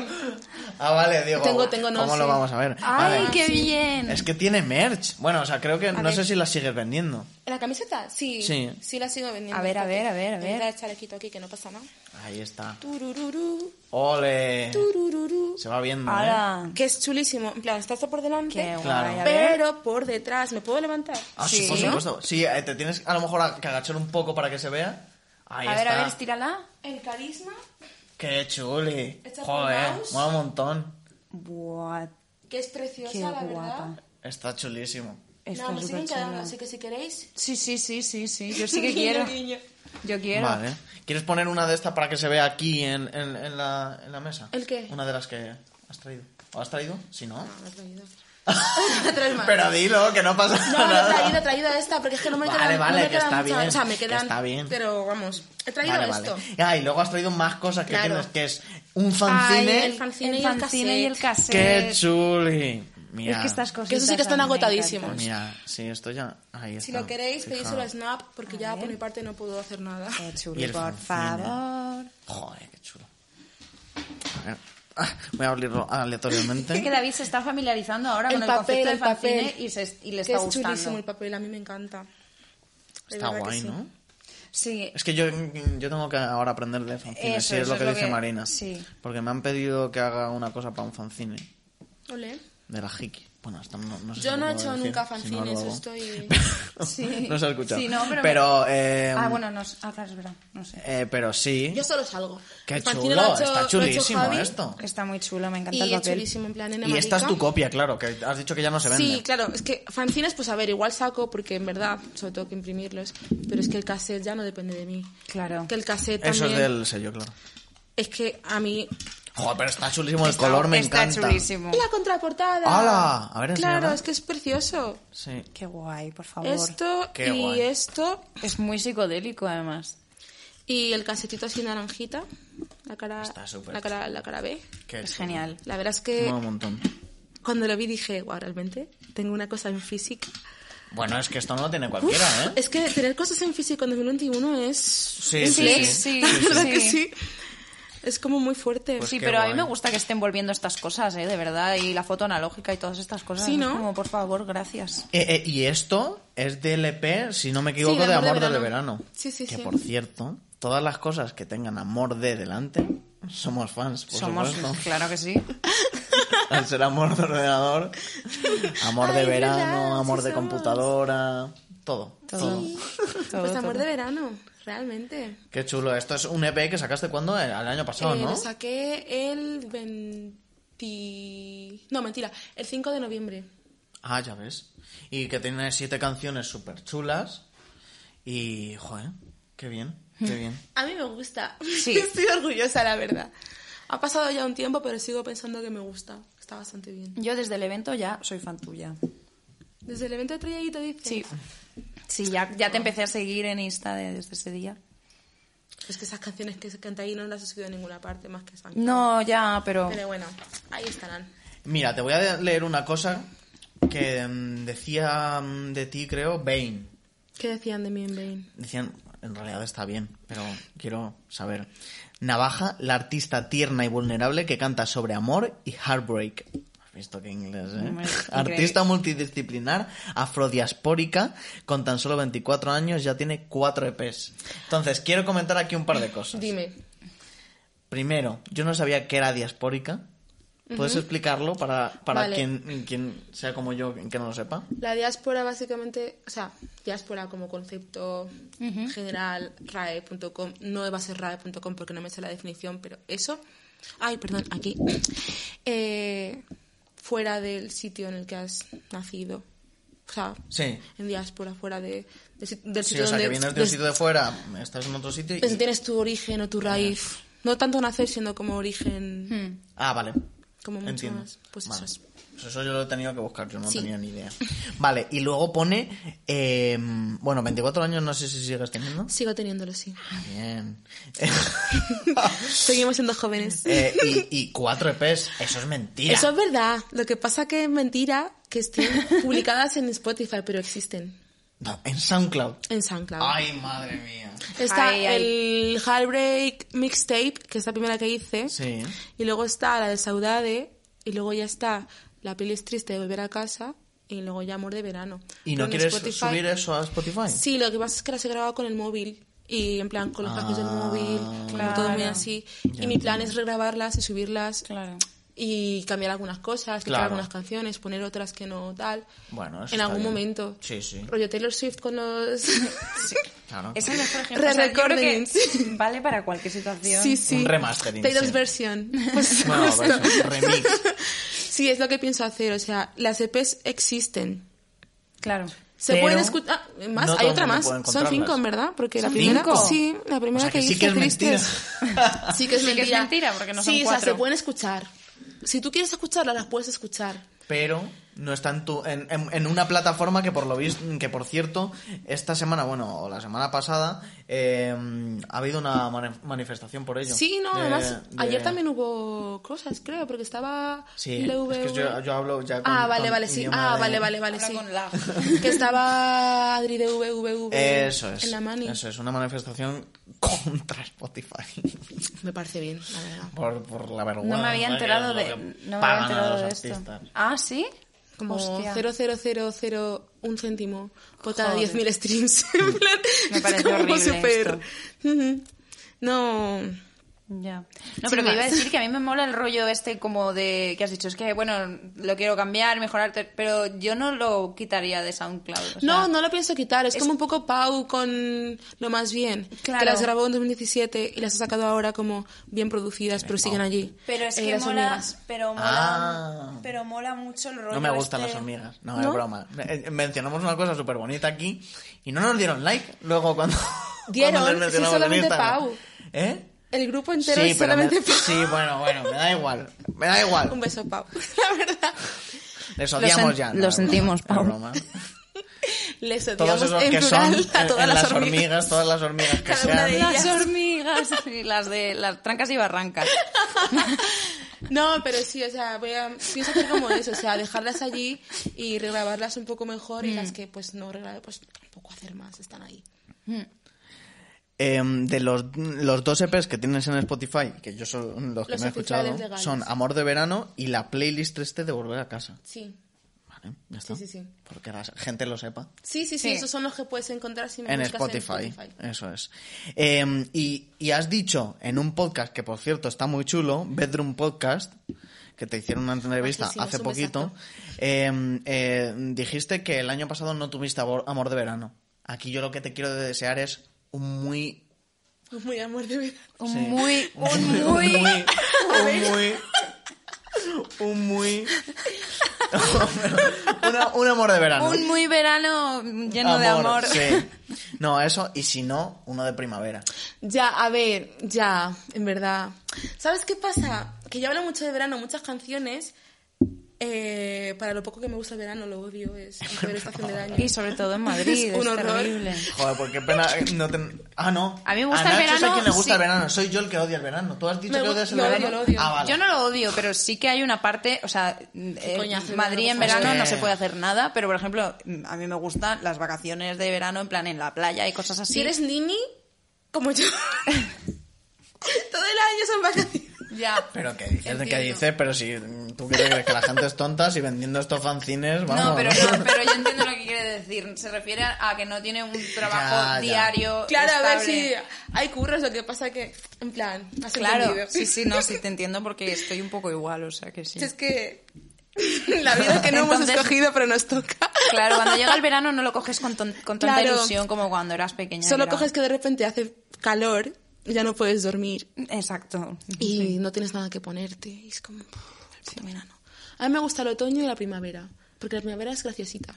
Ah, vale, digo.
Tengo- tengo, no
¿Cómo lo
sé.
vamos a ver?
¡Ay,
Vale.
qué bien!
Es que tiene merch. Bueno, o sea, creo que no
ver.
sé si la sigues vendiendo.
¿La camiseta? Sí.
Sí.
la sigo vendiendo.
A ver, a ver, a ver, a ver.
Está el chalequito aquí, que no pasa nada.
Ahí está.
Turururú,
¡Ole!
turururú.
Se va viendo. ¿eh?
¡Hala!
Que es chulísimo. En plan, está esto por delante.
¡Qué
Claro.
guay! A ver.
Pero por detrás, ¿me puedo levantar?
Ah, sí,
Sí.
por supuesto. Sí, eh, te tienes a lo mejor a- que agachar un poco para que se vea. Ahí
a ver,
está.
a ver, estírala.
El carisma,
¡Qué chuli!
Está por
Joder,
mouse.
mola un montón.
Buah,
que es preciosa,
qué
la
guapa.
verdad.
Está chulísimo.
Está
no, me siguen
súper
quedando,
chula.
así que si queréis.
Sí, sí, sí, sí, sí. Yo (laughs) sí que
(laughs) guiño,
quiero.
guiño.
Yo quiero.
Vale. ¿Quieres poner una de estas para que se vea aquí en, en- en la, en la mesa?
¿El qué? Ah,
Una de las que has traído. ¿O has traído? Si no.
No, no he traído. Tres más.
Pero dilo, que no pasa
No, no
nada.
he traído, he traído esta, porque es que no me
Vale,
quedan. no
vale,
me
que
quedan
está
muchas-
bien,
O sea, me
que
quedan.
está bien.
Pero vamos, he traído
Vale,
esto.
vale. Ah, y luego has traído más cosas que
Claro.
tienes, que es un
Ay,
fanzine.
el fanzine
el
y el
fanzine y el
cassette.
cassette.
¡Qué chuli! Mira.
Es que estas cosas.
Que eso sí que están agotadísimos.
Mira, sí, esto ya. Ahí está.
Si lo queréis,
Fijaos.
pedíselo a Snap, porque ya por mi parte no puedo hacer nada.
Qué
Y
chulo,
el
por
fanzine.
favor.
Joder, qué chulo. A ver. Ah, Voy a abrirlo aleatoriamente.
Es que David se está familiarizando ahora
El
con el
papel,
concepto del
el papel.
fanzine y, se, y le
Que
está
es chulísimo
gustando.
el papel, a mí me encanta. De
Está
verdad que
guay,
sí.
¿no?
Sí,
Es que yo, yo tengo que ahora aprender de fanzine,
Eso,
si es
eso
lo que
es lo
dice
que-
Marina.
sí.
Porque me han pedido que haga una cosa para un fanzine
Olé.
de la Hiki. Bueno, hasta no, no sé
Yo
si
no
lo
he
puedo
hecho
decir,
nunca
si no
fanzines,
lo hago. (laughs)
estoy...
Sí.
no se ha escuchado.
Sí, no, pero-
eh,
Ah, bueno, no. sé. Ah, claro, es verdad. No sé.
eh, pero sí.
Yo solo salgo.
Qué
El
chulo,
fanzine lo ha hecho-
está
lo ha hecho
chulísimo
Javi
esto.
Está muy chulo, me encanta
Y
el
es
papel.
chulísimo, en plan, en
Y esta es tu
amarillo.
copia, claro, que has dicho que ya no se vende.
Sí, claro, es que fanzines, pues a ver, igual saco, porque en verdad solo tengo que imprimirlos, pero es que el cassette ya no depende de mí.
Claro.
Que el cassette
Eso
también...
es del sello, claro.
es que a mí...
Joder, pero está chulísimo, el color me
está
encanta.
chulísimo.
¡Y la contraportada!
¡Hala! A ver,
Claro,
enséñala.
es que es precioso.
Sí.
Qué guay, por favor.
Esto
Qué
y
guay.
esto
Es muy psicodélico, además.
y el casetito así naranjita, la cara,
Está súper
la cara, la cara B.
Qué
Es
chulo.
genial.
La verdad es que
Mola un montón.
cuando lo vi dije, guau, realmente tengo una cosa en física.
Bueno, es que esto no lo tiene cualquiera,
Uf,
¿eh?
Es que tener cosas en físico en 2021 es sí,
sí,
sí.
(laughs) la
Sí,
verdad
sí.
que sí. Es como muy fuerte.
Pues
sí,
qué
pero a mí
guay.
me gusta que estén volviendo estas cosas, ¿eh? De verdad. Y la foto analógica y todas estas cosas.
Sí,
Es
¿no?
Como, por favor, gracias.
Eh, eh, y esto es del EP, si no me equivoco,
Sí,
de Amor de Verano.
Sí, sí,
que
sí.
por cierto, todas las cosas que tengan Amor de delante, somos fans, por
Somos,
supuesto.
(laughs) claro que sí.
Al ser Amor de ordenador, Amor de
Ay,
verano,
verdad,
Amor
sí
de
somos.
computadora, Todo.
Todo.
todo.
Todo,
pues amor
todo.
de verano, realmente.
Qué chulo. Esto es un EP que sacaste cuando? Al año pasado,
Eh,
¿no?
Lo saqué el 20... No, mentira, el 5 de noviembre.
Ah, ya ves. Y que tiene siete canciones súper chulas. Y, joder, qué bien, qué bien.
A mí me gusta. (laughs)
Sí.
Estoy orgullosa, la verdad. Ha pasado ya un tiempo, pero sigo pensando que me gusta. Está bastante bien.
Yo desde el evento ya soy fan tuya.
Desde el evento de Trelladito dice.
Sí. Sí, ya, ya te empecé a seguir en Insta de- desde ese día.
Es que esas canciones que se cantan ahí no las he subido a ninguna parte más que San
No, ya, pero...
Pero bueno, ahí estarán.
Mira, te voy a leer una cosa que mm, decía mm, de ti, creo, Bane.
¿Qué decían de mí en Bane?
Decían, en realidad está bien, pero quiero saber. Navaja, la artista tierna y vulnerable que canta sobre amor y heartbreak. Has visto que inglés, ¿eh?
Hombre, es
Artista multidisciplinar, afrodiaspórica, con tan solo 24 años ya tiene 4 EPs. Entonces, quiero comentar aquí un par de cosas.
Dime.
Primero, yo no sabía que era diaspórica. ¿Puedes explicarlo para, para
Vale.
quien, quien sea como yo, que no lo sepa?
La diáspora básicamente, o sea, diáspora como concepto general, rae.com, no va a ser rae.com porque no me sé la definición, pero eso, ay, perdón, aquí, (clears throat) Eh, fuera del sitio en el que has nacido, o sea,
Sí.
en diáspora, fuera de, de si- del
Sí,
Pues sitio
o sea,
donde,
que vienes de un
des- Pues
sitio de fuera, estás en otro sitio y...
desde tienes tu origen o tu raíz, no tanto nacer, sino como origen,
Hmm.
Ah, vale.
como mucho
Entiendo.
más, pues
Vale.
eso es.
Pues eso yo lo he tenido que buscar, yo no
Sí.
tenía ni idea. Vale, y luego pone... eh, bueno, 24 años no sé si sigues
(laughs)
teniendo.
Sigo teniéndolo, sí.
Bien. (laughs)
Seguimos siendo jóvenes.
Eh, y, y cuatro EPs, eso es mentira.
Eso es verdad. Lo que pasa que es mentira que estén
(laughs)
publicadas en Spotify, pero existen
No, en SoundCloud.
en SoundCloud.
Ay, madre mía.
Está
Ay, ay.
el Heartbreak Mixtape, que es la primera que hice.
Sí.
Y luego está la de Saudade. Y luego ya está la playlist triste de Volver a Casa. Y luego ya Amor de Verano.
¿Y no
Pero en
quieres
Spotify-
subir eso a Spotify?
Sí, lo que pasa es que las he grabado con el móvil. Y en plan, con los cascos del
Ah,
móvil. como Todo muy
claro.
así. y mi plan es regrabarlas y subirlas.
Claro.
y cambiar algunas cosas, quitar
Claro.
algunas canciones, poner otras que no tal.
Bueno, eso
en
está
algún
bien.
momento.
Sí, sí.
Rollo Taylor Swift con
(laughs)
los.
Claro.
Esa es por ejemplo. o sea, yo creo que vale para cualquier situación.
sí, sí.
Un remastering,
Taylor's
sí.
version. Pues
(laughs) Bueno,
justo.
a ver, es un remix.
(laughs) Sí, es lo que pienso hacer. O sea, las EPs existen.
Claro.
Se
Pero
pueden escuchar. ah, más,
no todo
hay
el
otra
mundo
más.
puede
Son cinco,
encontrarlas.
en verdad. Porque la
¿Son
primera.
cinco?
Sí, la
O
primera
sea, que
hice
sí que es mentira.
Tristes.
(laughs)
Sí que es
Sí que es
mentira.
mentira, porque no son
sí, o sea,
cuatro.
se pueden escuchar. Si tú quieres escucharlas, las puedes escuchar.
pero no está en, tu- en, en- en una plataforma que por lo visto que por cierto esta semana bueno o la semana pasada eh, ha habido una mani- manifestación por ello
Sí, no,
De-
además,
de-
ayer también hubo cosas, creo, porque estaba
sí
LV.
es que yo, yo hablo ya con,
Ah, vale,
con
vale, sí.
idioma
Ah,
de-
vale, vale, vale,
Habla
sí.
con la-
(laughs) Que estaba Adri de VVV
eso es
en la mani.
eso es una manifestación (laughs) contra Spotify (laughs)
Me parece bien, la verdad.
por, por la vergüenza
No me había
que
enterado
es
de,
lo que
no me había
pagan a
enterado
los
de esto.
artistas.
Ah, sí.
Como
Hostia.
0,0001 céntimo por cada
Joder.
10.000 streams. (laughs) En plan,
Me
es
parece
como
horrible
súper-
esto.
Ujú. No.
Ya. No,
Sin
pero que iba a
más.
decir que a mí me mola el rollo este como de que has dicho, es que bueno, lo quiero cambiar, mejorar, te- pero yo no lo quitaría de SoundCloud. o sea,
no, no lo pienso quitar. Es, como un poco Pau con lo más bien.
Claro.
Que las grabó en 2017 y las ha sacado ahora como bien producidas, pero siguen allí.
Pero es
Eh,
que
las
mola,
hormigas.
pero mola,
Ah.
pero mola mucho el rollo
No me gustan
este-
las hormigas, no,
¿No?
es broma. Eh, eh, Mencionamos una cosa súper bonita aquí y no nos dieron like luego cuando. cuando
Dieron,
les
sí,
mencionamos en
solamente
Instagram.
Pau.
¿Eh?
El grupo entero es
pero me-
solamente Pau.
sí, bueno, bueno, me da igual. Me da
(laughs) Un
igual.
beso, (laughs) Pau. La verdad.
Les
sen-
odiamos ya. no,
lo
es broma,
sentimos,
es
Pau.
broma.
Les
Todos
odiamos
esos
en
que son
plural a
en-
todas
en
las, hormigas.
todas las hormigas que
Cada una de
sean.
ellas.
Las hormigas, (laughs) sí, las de las trancas
(laughs)
y barrancas.
No, pero sí, o sea, voy a, pienso hacer como eso, o sea, dejarlas allí y regrabarlas un poco mejor y las que pues no regrabé, pues tampoco hacer más, están ahí.
Eh, de los, los dos EPs que tienes en Spotify, que yo son los que
Los
no he escuchado,
oficiales legales.
son Amor de Verano y la playlist 3 de Volver a Casa.
Sí.
Vale, ya está.
Sí, sí, sí.
Porque la gente lo sepa.
Sí, sí, sí,
Sí.
esos son los que puedes encontrar si me
En
buscas
Spotify,
en Spotify.
eso es. Em, Eh, y, y has dicho en un podcast que, por cierto, está muy chulo, Bedroom Podcast, que te hicieron una
Ah,
entrevista
Majísimos,
hace
un
poquito, eh, eh, dijiste que el año pasado no tuviste amor, amor de verano. Aquí yo lo que te quiero desear es un muy...
Muy amor de verdad.
Un
sí, (laughs)
muy, un
un
(laughs) muy...
muy... Un muy... Un muy... (laughs) Una- un amor de verano.
Un muy verano lleno de amor.
sí. No, eso, y si no, uno de primavera.
Ya, a ver, ya, en verdad. ¿Sabes qué pasa? Que yo hablo mucho de verano, muchas canciones. eh, para lo poco que me gusta el verano, lo odio, es la peor estación del año.
(laughs) Y sobre todo en Madrid,
Es
es,
un horror.
terrible.
Joder, porque pena. No ten- Ah, no.
A mí me gusta
A
el
Nacho es
verano,
quien le gusta
sí.
el verano. Soy yo el que odia el verano. ¿Tú has dicho
Me
que
gu-
odias el
yo
verano?
odio, lo odio.
Ah, vale.
Yo no lo odio, pero sí que hay una parte, o sea, eh,
coñazo el
Madrid
verano,
en
por
favor.
verano no
Sí.
se puede hacer nada, pero por ejemplo, mm, a mí me gustan las vacaciones de verano en plan en la playa y cosas así.
Si eres nini, como yo. (laughs) Todo el año son vacaciones.
Ya.
Pero qué dices, ¿de qué
Entiendo.
dices? Pero si mm, tú qué crees que la gente es tonta, si vendiendo estos fanzines, vamos.
No, pero,
(laughs)
no, pero yo entiendo lo que quiere decir. Se refiere a a que no tiene un trabajo
Ya, ya.
diario.
Claro, a ver si
estable.
hay curros, lo que pasa que, en plan, has
Claro,
entendido.
sí, sí, no, sí te entiendo porque estoy un poco igual, o sea que sí.
Si es que (laughs) la vida que no hemos
Entonces-
escogido, pero nos toca.
Claro, cuando llega el verano no lo coges con, ton- con tanta
Claro.
ilusión como cuando eras pequeña.
Solo
Era-
coges que de repente hace calor, ya no puedes dormir
Exacto.
y no tienes nada que ponerte. Y es como pff, el puto verano. A mí me gusta el otoño y la primavera, porque la primavera es graciosita.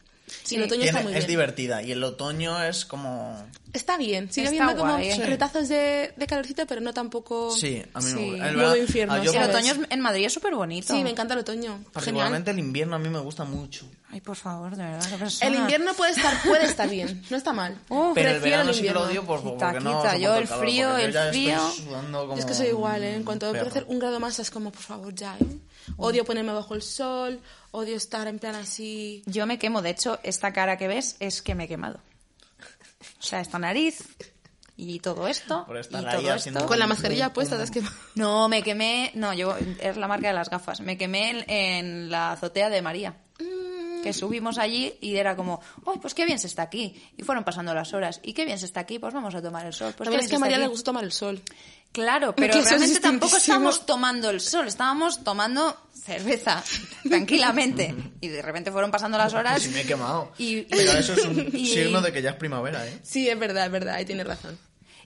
y el otoño
Tiene-
está muy
es
bien.
divertida. Y el otoño es como.
Está bien, sigue
Está
habiendo como
guay, ¿eh?
retazos de, de calorcito, pero no tampoco...
Sí, a mí
Sí.
me gusta.
Modo infierno,
ah, yo
el
¿sabes?
otoño es- en Madrid es súper bonito.
Sí, me encanta el otoño. Genial.
Particularmente el invierno a mí me gusta mucho.
Ay, por favor, de verdad, qué persona.
El invierno puede estar, puede estar (laughs) bien, no está mal.
Uf,
pero el
prefiero
verano
el
sí que lo
invierno.
odio por-
Quita,
porque no.
quita,
soporto
yo el
calor,
frío,
porque yo
el
ya estoy
frío.
sudando
Yo
como
es que soy igual, ¿eh? En cuanto
un
empieza a hacer
perro.
un grado más es como, por favor, ya, ¿eh? Odio ponerme bajo el sol, odio estar en plan así...
Yo me quemo, de hecho, esta cara que ves es que me he quemado. O sea, esta nariz y todo esto.
Por estar
y
ahí
todo
haciendo-
esto.
Con la
Un-
mascarilla
un-
puesta,
un-
te has quemado.
No, me quemé. No, yo. Es la marca de las gafas. Me quemé en, en la azotea de María.
Mm.
Que subimos allí y era como, ¡ay, pues qué bien se está aquí! Y fueron pasando las horas. ¿Y qué bien se está aquí? Pues vamos a tomar el sol. Pues qué bien
También es
se
que a
está
María
aquí".
le gusta tomar el sol.
Claro, pero
Que eso es
realmente tampoco
distintísimo.
estábamos tomando el sol, estábamos tomando
(laughs)
cerveza tranquilamente. Y de repente fueron pasando las
(laughs)
horas.
Sí, me he quemado.
Y-
Pero eso es un
(laughs) y-
signo de que ya es primavera, ¿eh?
Sí, es verdad, es verdad, ahí tienes razón.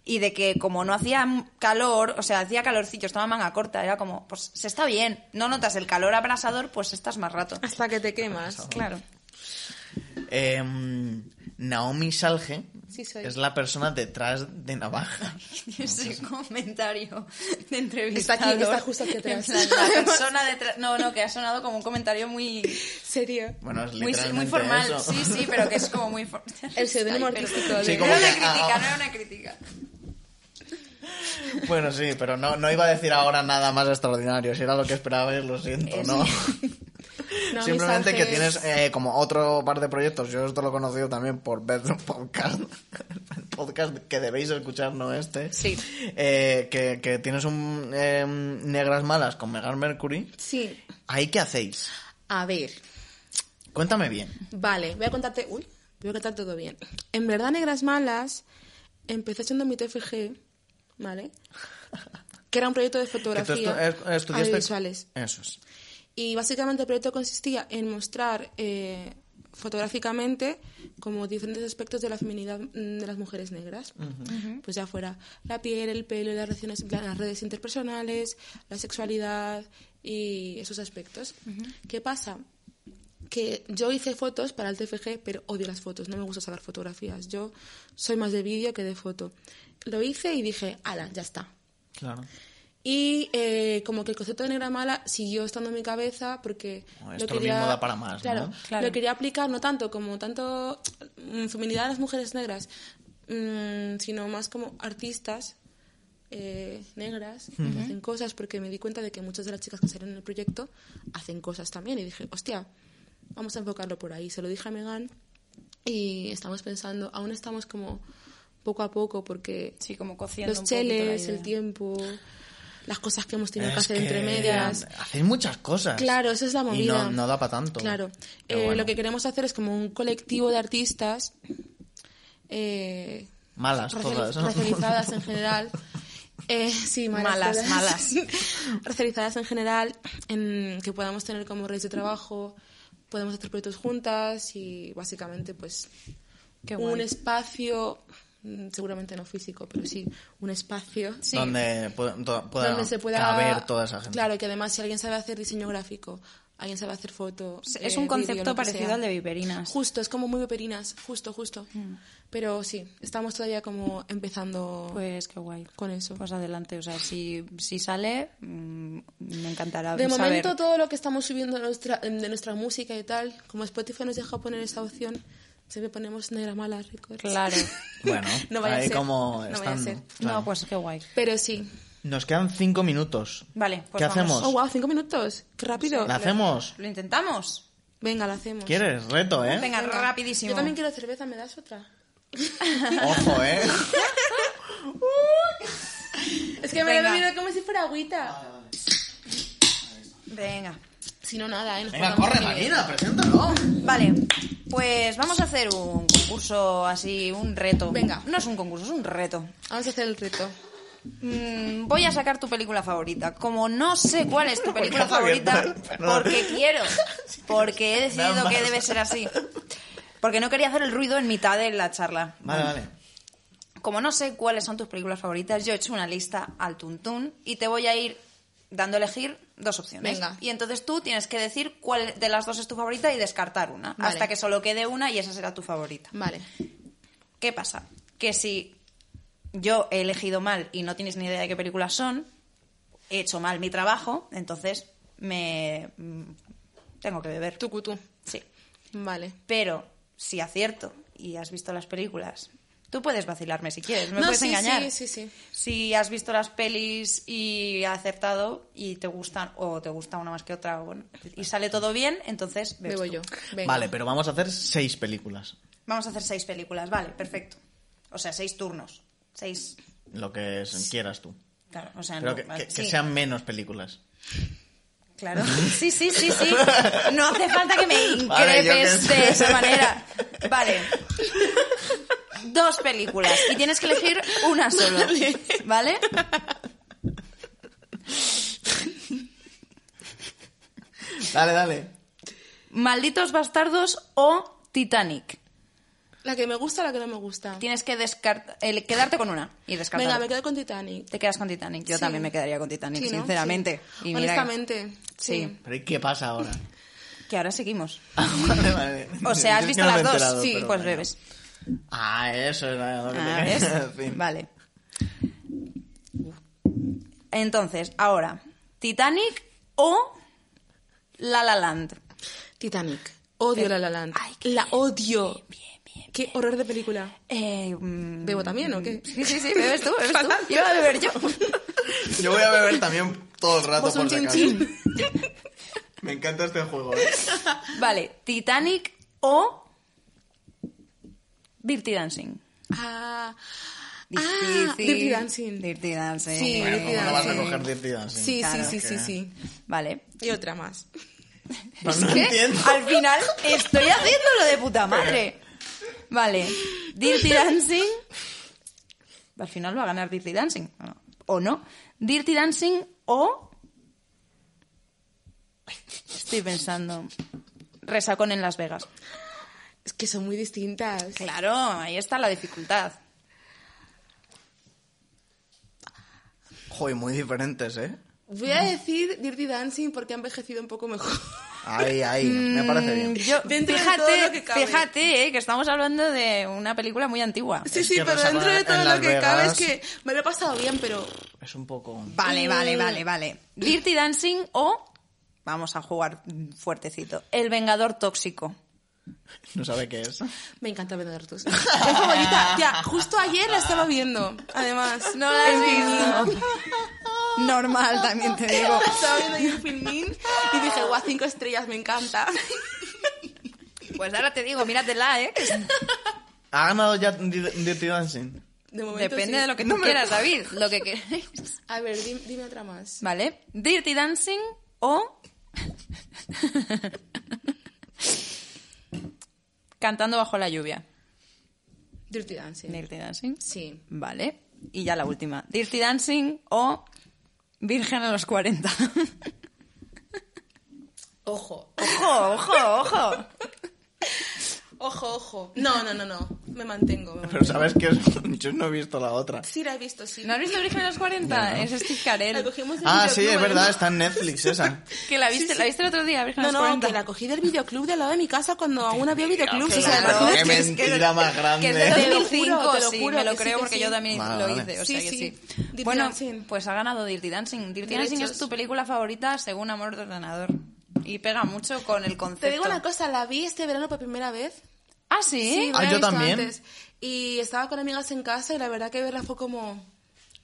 Y de que como no hacía calor, o sea, hacía calorcillo, estaba manga corta, era como, pues se está bien, no notas el calor abrasador, pues estás más rato.
Hasta que te quemas.
Claro.
Em, Naomi Salge
Sí, soy.
es la persona detrás de Navaja. (laughs)
(laughs) Ese comentario de
Está
entrevistador.
aquí, está justo aquí atrás.
En plan,
(laughs)
La persona detrás... No, no, que ha sonado como un comentario muy...
Serio.
Bueno, es
Muy,
literalmente
muy formal,
eso. (laughs)
sí, sí, pero que es como muy formal.
(laughs) El seudónimo artístico de-
Sí,
no
como
era una
que-
crítica,
ah,
no era una crítica.
Bueno, sí, pero no, no iba a decir ahora nada más extraordinario. Si era lo que esperaba, lo siento,
Es-
¿no? (laughs)
No,
Simplemente
mis
que
ángeles.
tienes eh, como otro par de proyectos. Yo esto lo he conocido también por Bedroom Podcast. (laughs) El podcast que debéis escuchar, no este.
Sí.
Eh, que, que tienes un eh, Negras Malas con Megan Mercury.
Sí.
¿Ahí qué hacéis?
A ver,
Cuéntame bien.
Vale, voy a contarte. Uy, voy a contar todo bien. En verdad, Negras Malas empecé haciendo mi TFG, ¿vale? Que era un proyecto de
Que tú estu-
fotografía.
eh, estudiaste-
audiovisuales.
Eso es.
Y básicamente el proyecto consistía en mostrar eh, fotográficamente como diferentes aspectos de la feminidad mm, de las mujeres negras. Pues ya fuera la piel, el pelo, las, relaciones, las redes interpersonales, la sexualidad y esos aspectos. ¿Qué pasa? Que yo hice fotos para el TFG, pero odio las fotos, no me gusta sacar fotografías. Yo soy más de vídeo que de foto. Lo hice y dije, ala, ya está.
Claro.
Y eh, como que el concepto de negra mala siguió estando en mi cabeza porque...
Bueno, esto mismo da para más, ¿no?
claro,
Claro.
Lo quería aplicar no tanto como tanto mm, feminidad a las mujeres negras, mm, sino más como artistas eh, negras que hacen cosas porque me di cuenta de que muchas de las chicas que salieron en el proyecto hacen cosas también. Y dije, hostia, vamos a enfocarlo por ahí. Se lo dije a Megan y estamos pensando, aún estamos como poco a poco porque
Sí, como cociendo
los
un poquito la
cheles,
idea.
el tiempo, las cosas que hemos tenido que
Es
hacer
que
entre medias.
Hacéis muchas cosas.
Claro, esa es la
Y
movida.
no, no da para tanto.
Claro.
Pero
Eh,
bueno.
Lo que queremos hacer es como un colectivo de artistas eh,
Malas todas, ¿no? (laughs)
racializadas en general Eh, sí, malas.
Malas,
todas.
malas.
(laughs) Racializadas en general, en que podamos tener como redes de trabajo, podemos hacer proyectos juntas y básicamente pues
Qué guay.
un espacio, mm, seguramente no físico, pero sí, un espacio
Sí.
Donde, pu- to- pueda
donde se pueda
caber toda esa gente.
Claro, que además si alguien sabe hacer diseño gráfico, alguien sabe hacer foto.
Es
eh,
un
vídeo, lo
concepto
que
parecido
sea.
al de viperinas. Mm.
Justo, es como muy peperinas, justo, justo. Pero sí, estamos todavía como empezando
Pues qué guay.
con eso.
Pues adelante, o sea, si, si sale, mm, me encantará
De
saber.
momento todo lo que estamos subiendo de nuestra, de nuestra música y tal, como Spotify nos deja poner esa opción, siempre ponemos Negra Mala Records. (laughs)
Claro.
Bueno,
No vaya a
ahí
ser,
como
no vaya a
estando,
ser.
claro.
No, pues qué guay.
Pero sí.
Nos quedan cinco minutos.
Vale, pues
¿Qué
vamos.
hacemos?
Oh, wow, cinco minutos. Qué rápido.
¿La hacemos?
¿Lo intentamos?
Venga, la hacemos.
¿Quieres? Reto, ¿eh?
Venga, rapidísimo.
Yo también quiero cerveza, ¿me das otra?
(laughs) Ojo,
(laughs)
¿eh?
Es que me la he
Venga.
bebido como si fuera agüita.
Venga. Oh,
Si no, nada, ¿eh? Nos
Venga,
portamos
corre,
muy bien.
máquina, preséntalo.
Vale, pues vamos a hacer un concurso así, un reto.
Venga.
No es un concurso, es un reto.
Vamos a hacer el reto.
Mm, voy a sacar tu película favorita. Como no sé cuál
(laughs)
es tu película
has abierto
favorita,
el- perdón.
porque
(laughs)
quiero, porque he
Nada
decidido
más.
que debe ser así. Porque no quería hacer el ruido en mitad de la charla.
Vale, vale.
Como no sé cuáles son tus películas favoritas, yo he hecho una lista al tuntún y te voy a ir dando a elegir dos opciones.
Venga.
Y entonces tú tienes que decir cuál de las dos es tu favorita y descartar una,
Vale.
hasta que solo quede una y esa será tu favorita.
Vale.
¿Qué pasa? Que si yo he elegido mal y no tienes ni idea de qué películas son, he hecho mal mi trabajo, entonces me mm, tengo que beber.
Tu cutú.
Sí.
Vale.
Pero si acierto y has visto las películas, tú puedes vacilarme si quieres, me
No,
puedes
sí,
engañar.
sí, sí, sí.
Si has visto las pelis y has acertado y te gustan o te gusta una más que otra, bueno, y sale todo bien, entonces bebes
Bebo
tú.
yo. Venga.
Vale, pero vamos a hacer seis películas.
Vamos a hacer seis películas, vale, perfecto. O sea, seis turnos. Seis.
Lo que es- quieras tú.
Claro, o sea,
Pero
no,
que,
vale,
que- que
sí,
sean menos películas.
Claro. Sí, sí, sí, sí. No hace falta que me increpes
Vale, yo qué sé.
de esa manera. Vale. Dos películas y tienes que elegir una solo. ¿Vale?
Dale, dale.
Malditos bastardos o Titanic.
La que me gusta, la que no me gusta.
Tienes que descartar, quedarte con una y descartar.
Venga, me quedo con Titanic.
Te quedas con Titanic. Yo
Sí.
también me quedaría con Titanic,
Sí, ¿no?
sinceramente.
Sí.
Y mira
Honestamente.
Sí.
Sí.
Pero ¿y qué pasa ahora?
que
(laughs)
ahora seguimos.
Vale, vale.
O sea, has
Es que
visto
no me he
las
enterado,
dos. Sí,
pero
pues
bueno.
bebes.
Ah, eso era lo que (laughs)
Ah,
tenía que
¿ves?
decir.
Vale. Entonces, ahora, Titanic o La La Land.
Titanic. Odio la La Land.
Ay, qué
la odio.
Bien, bien.
Qué horror de película.
Eh, mm,
¿Bebo también o qué?
Sí, sí, sí, bebes tú, bebes tú.
(laughs)
Iba a beber yo.
Yo voy a beber también todo el rato
Pues un
por si
chin
acaso.
chin.
Me encanta este juego, ¿eh?
Vale, Titanic o Dirty Dancing.
(laughs) Ah,
Difícil.
ah, Dirty Dancing.
Dirty Dancing.
Sí,
Bueno,
Dirty
¿cómo no vas a
Dancing.
coger ¿eh? Dirty Dancing?
Sí,
Claro,
sí, sí,
que-
sí, sí.
Vale.
Y otra más.
Pero
Es
no
que,
entiendo.
Al final estoy haciéndolo de puta madre. Vale. Dirty Dancing. Al final va a ganar Dirty Dancing. ¿o no? O no. Dirty Dancing o. Estoy pensando. Resacón en Las Vegas.
Es que son muy distintas.
Claro, ahí está la dificultad.
Joder, muy diferentes, ¿eh?
Voy a decir Dirty Dancing porque ha envejecido un poco mejor. (laughs)
Ahí, ahí,
Mm.
me parece bien.
Yo,
Dentro de
fíjate,
todo lo que cabe.
fíjate eh, que estamos hablando de una película muy antigua.
Sí,
Es
sí,
que
pero
Rosa
dentro de
en
todo
Las
lo que cabe
Vegas-
es que me lo he pasado bien, pero
Es un poco...
Vale, vale, vale, vale. Mm. Dirty Dancing o vamos a jugar fuertecito. El Vengador Tóxico.
No sabe qué es.
me encanta
(laughs)
vender tus. Es favorita. Tía, justo ayer la estaba viendo. Además, no la
Normal, también te digo.
Estaba viendo ahí un filmín y dije, guau, cinco estrellas, me encanta.
Pues ahora te digo, míratela, ¿eh?
¿Ha ganado ya Di- Dirty Dancing?
(laughs) De momento,
Depende
sí.
de lo que tú quieras, David. Lo que queréis.
A ver, dime, dime otra más.
Vale. Dirty Dancing o. Cantando bajo la lluvia.
Dirty Dancing.
Dirty Dancing.
Sí.
Vale. Y ya la última. Dirty Dancing o Virgen a los 40.
Ojo.
ojo, ojo, ojo.
Ojo, ojo. No, no, no, no. Me mantengo. me
Pero
mantengo.
sabes que es- (laughs) yo no he visto la otra.
Sí, la he visto, sí.
¿No has visto Virgen a los 40? Es Steve Carell.
La cogimos del
Ah, sí, es
videoclub,
verdad,
además.
está en Netflix esa.
Que la viste, la viste el otro día, Virgen a
No,
los
no,
40.
que la cogí del videoclub de al lado de mi casa cuando aún había videoclubs. (laughs) O sea,
claro.
imagínate
Qué
que es que-
mentira más
Que es de
Te
grande.
lo
2005,
juro, te lo
sí,
juro
me lo
que sí,
creo
que
porque
sí.
yo también
Vale,
lo
vale.
hice, o
Sí,
sea que
sí.
sí.
Dirty
bueno,
Dancing.
pues ha ganado Dirty Dancing. Dirty
Derechos.
Dancing es tu película favorita según Amor de Ordenador. Y pega mucho con el concepto.
Te digo una cosa, la vi este verano por primera vez.
Ah, sí.
Sí, no la
Ah,
he
yo
visto
también.
antes. Y estaba con amigas en casa y la verdad que verla fue como...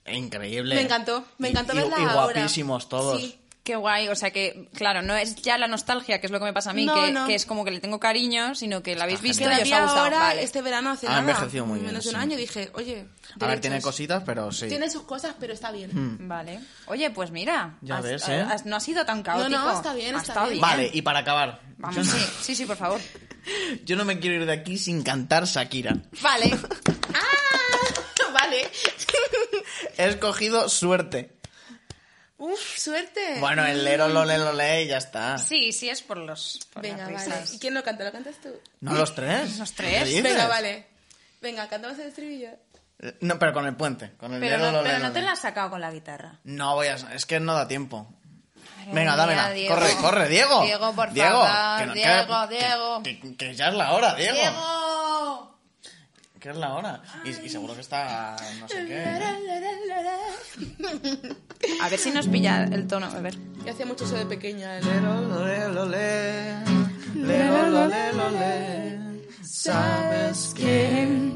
Increíble.
Me encantó, me
Y-
encantó
y,
verla
y
ahora.
guapísimos todos.
Sí.
Qué guay, o sea que, claro, no es ya la nostalgia, que es lo que me pasa a mí,
No,
que,
no.
que es como que le tengo cariño, sino que la habéis
Está
visto
Que
genial.
y
la
os
vi
ha gustado.
ahora
Vale.
este verano hace
Ah, Ha
nada.
envejecido muy bien,
Menos de
sí.
un año y dije, oye...
A ver, tiene
derechos.
cositas, pero sí. Hmm.
Tiene sus cosas, pero está bien.
Vale. Oye, pues mira,
Mm. Ya
has-
ves, ¿eh?
has- no ha sido tan caótico.
está bien,
Ha
está
estado
bien.
Vale, y para acabar. Yo
Vamos,
no,
sí, sí, sí, por
(laughs)
favor.
yo no me quiero ir de aquí sin cantar Shakira.
Vale.
¡Ah! (laughs) Vale. (laughs)
He escogido suerte.
Uf,
Eh.
suerte.
Bueno, el lero lo le lo le y ya está.
Sí, sí, es por los. por
Venga,
las
vale.
risas.
¿Y quién lo canta? ¿Lo cantas tú?
¿No los tres?
Los tres.
¿Qué dices?
Venga, vale. Venga, cantamos el estribillo.
Eh, No, pero con el puente. Con el
Pero
lero,
no,
lo, le,
pero
lo,
no te
le.
la has sacado con la guitarra.
No voy a... Es que no da tiempo.
Madre
Venga,
mía,
dámela.
Diego.
Corre, corre, Diego.
Diego, por
Diego,
favor,
que no- que-
Diego,
que-
Diego.
Que, que ya es la hora, Diego.
¡Diego!
Que es la hora. Y, y seguro que está... No
(laughs)
sé qué. ¿no?
A ver si nos pilla el tono, a ver.
Yo hacía mucho eso de pequeña. el-
Lero, lo, le, lo, le. Lero, lo, le, lo, le. Sabes que...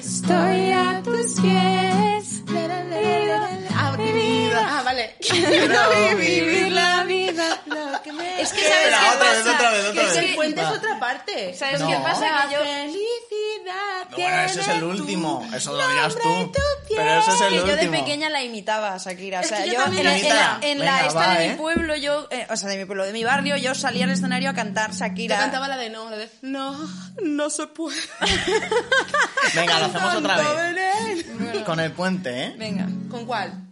Estoy a tus pies.
Ah, porque- Ah, vale.
Quiero
Vivir la vida.
Lo que me-
Es que sabes
Espera,
qué
otra vez,
pasa.
otra vez, otra
Que
vez.
es
Que
que-
el puente es
Va.
otra parte.
¿Sabes
No.
qué pasa? Que yo...
felicidad.
Bueno, ese es el
tienes tú.
último. Eso lo dirás tú.
tú
Pero ese es el
que
último.
yo de pequeña la imitaba a Shakira. O
Es
sea,
que yo
yo, en,
también
la-
la
en
imitaba.
la, en la
Venga,
esta
va,
de
¿eh?
mi pueblo, yo, eh, o sea, de mi pueblo, de mi barrio, yo salía al escenario a cantar
Yo
Shakira.
cantaba la de no, la de no, no se puede.
Venga, lo hacemos otra
Tanto
vez.
veneno.
Con el puente, ¿eh?
Venga.
¿Con cuál?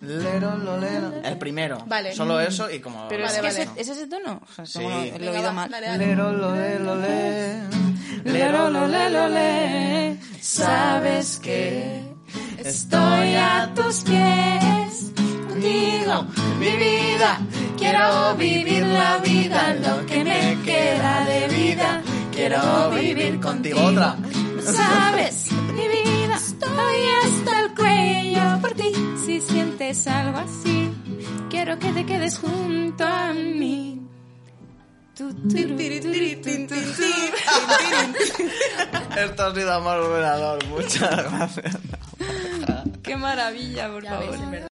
Lero, lo, lero. El primero.
Vale.
Solo eso y como...
Pero
Vale,
es que
vale.
ese- ¿es ese tono? O sea,
Sí.
como lo- lo he
Venga,
oído
va,
mal.
dale, dale.
Lero, lo, le, lo, le. Lero, lo, le, lo, le. Sabes que estoy a tus pies. Contigo, mi vida. Quiero vivir la vida, lo que me queda de vida. Quiero vivir contigo. Otra.
Sabes, mi vida, estoy hasta el cuello por ti. Si sientes algo así, quiero que te quedes junto a mí. Tu, tu,
Tiri, tiri, tin, tin, tin, tin, tin, tin.
Esto ha sido amor ordenador. Muchas (laughs) gracias.
Qué maravilla, por
Ya ves,
favor.
es verdad.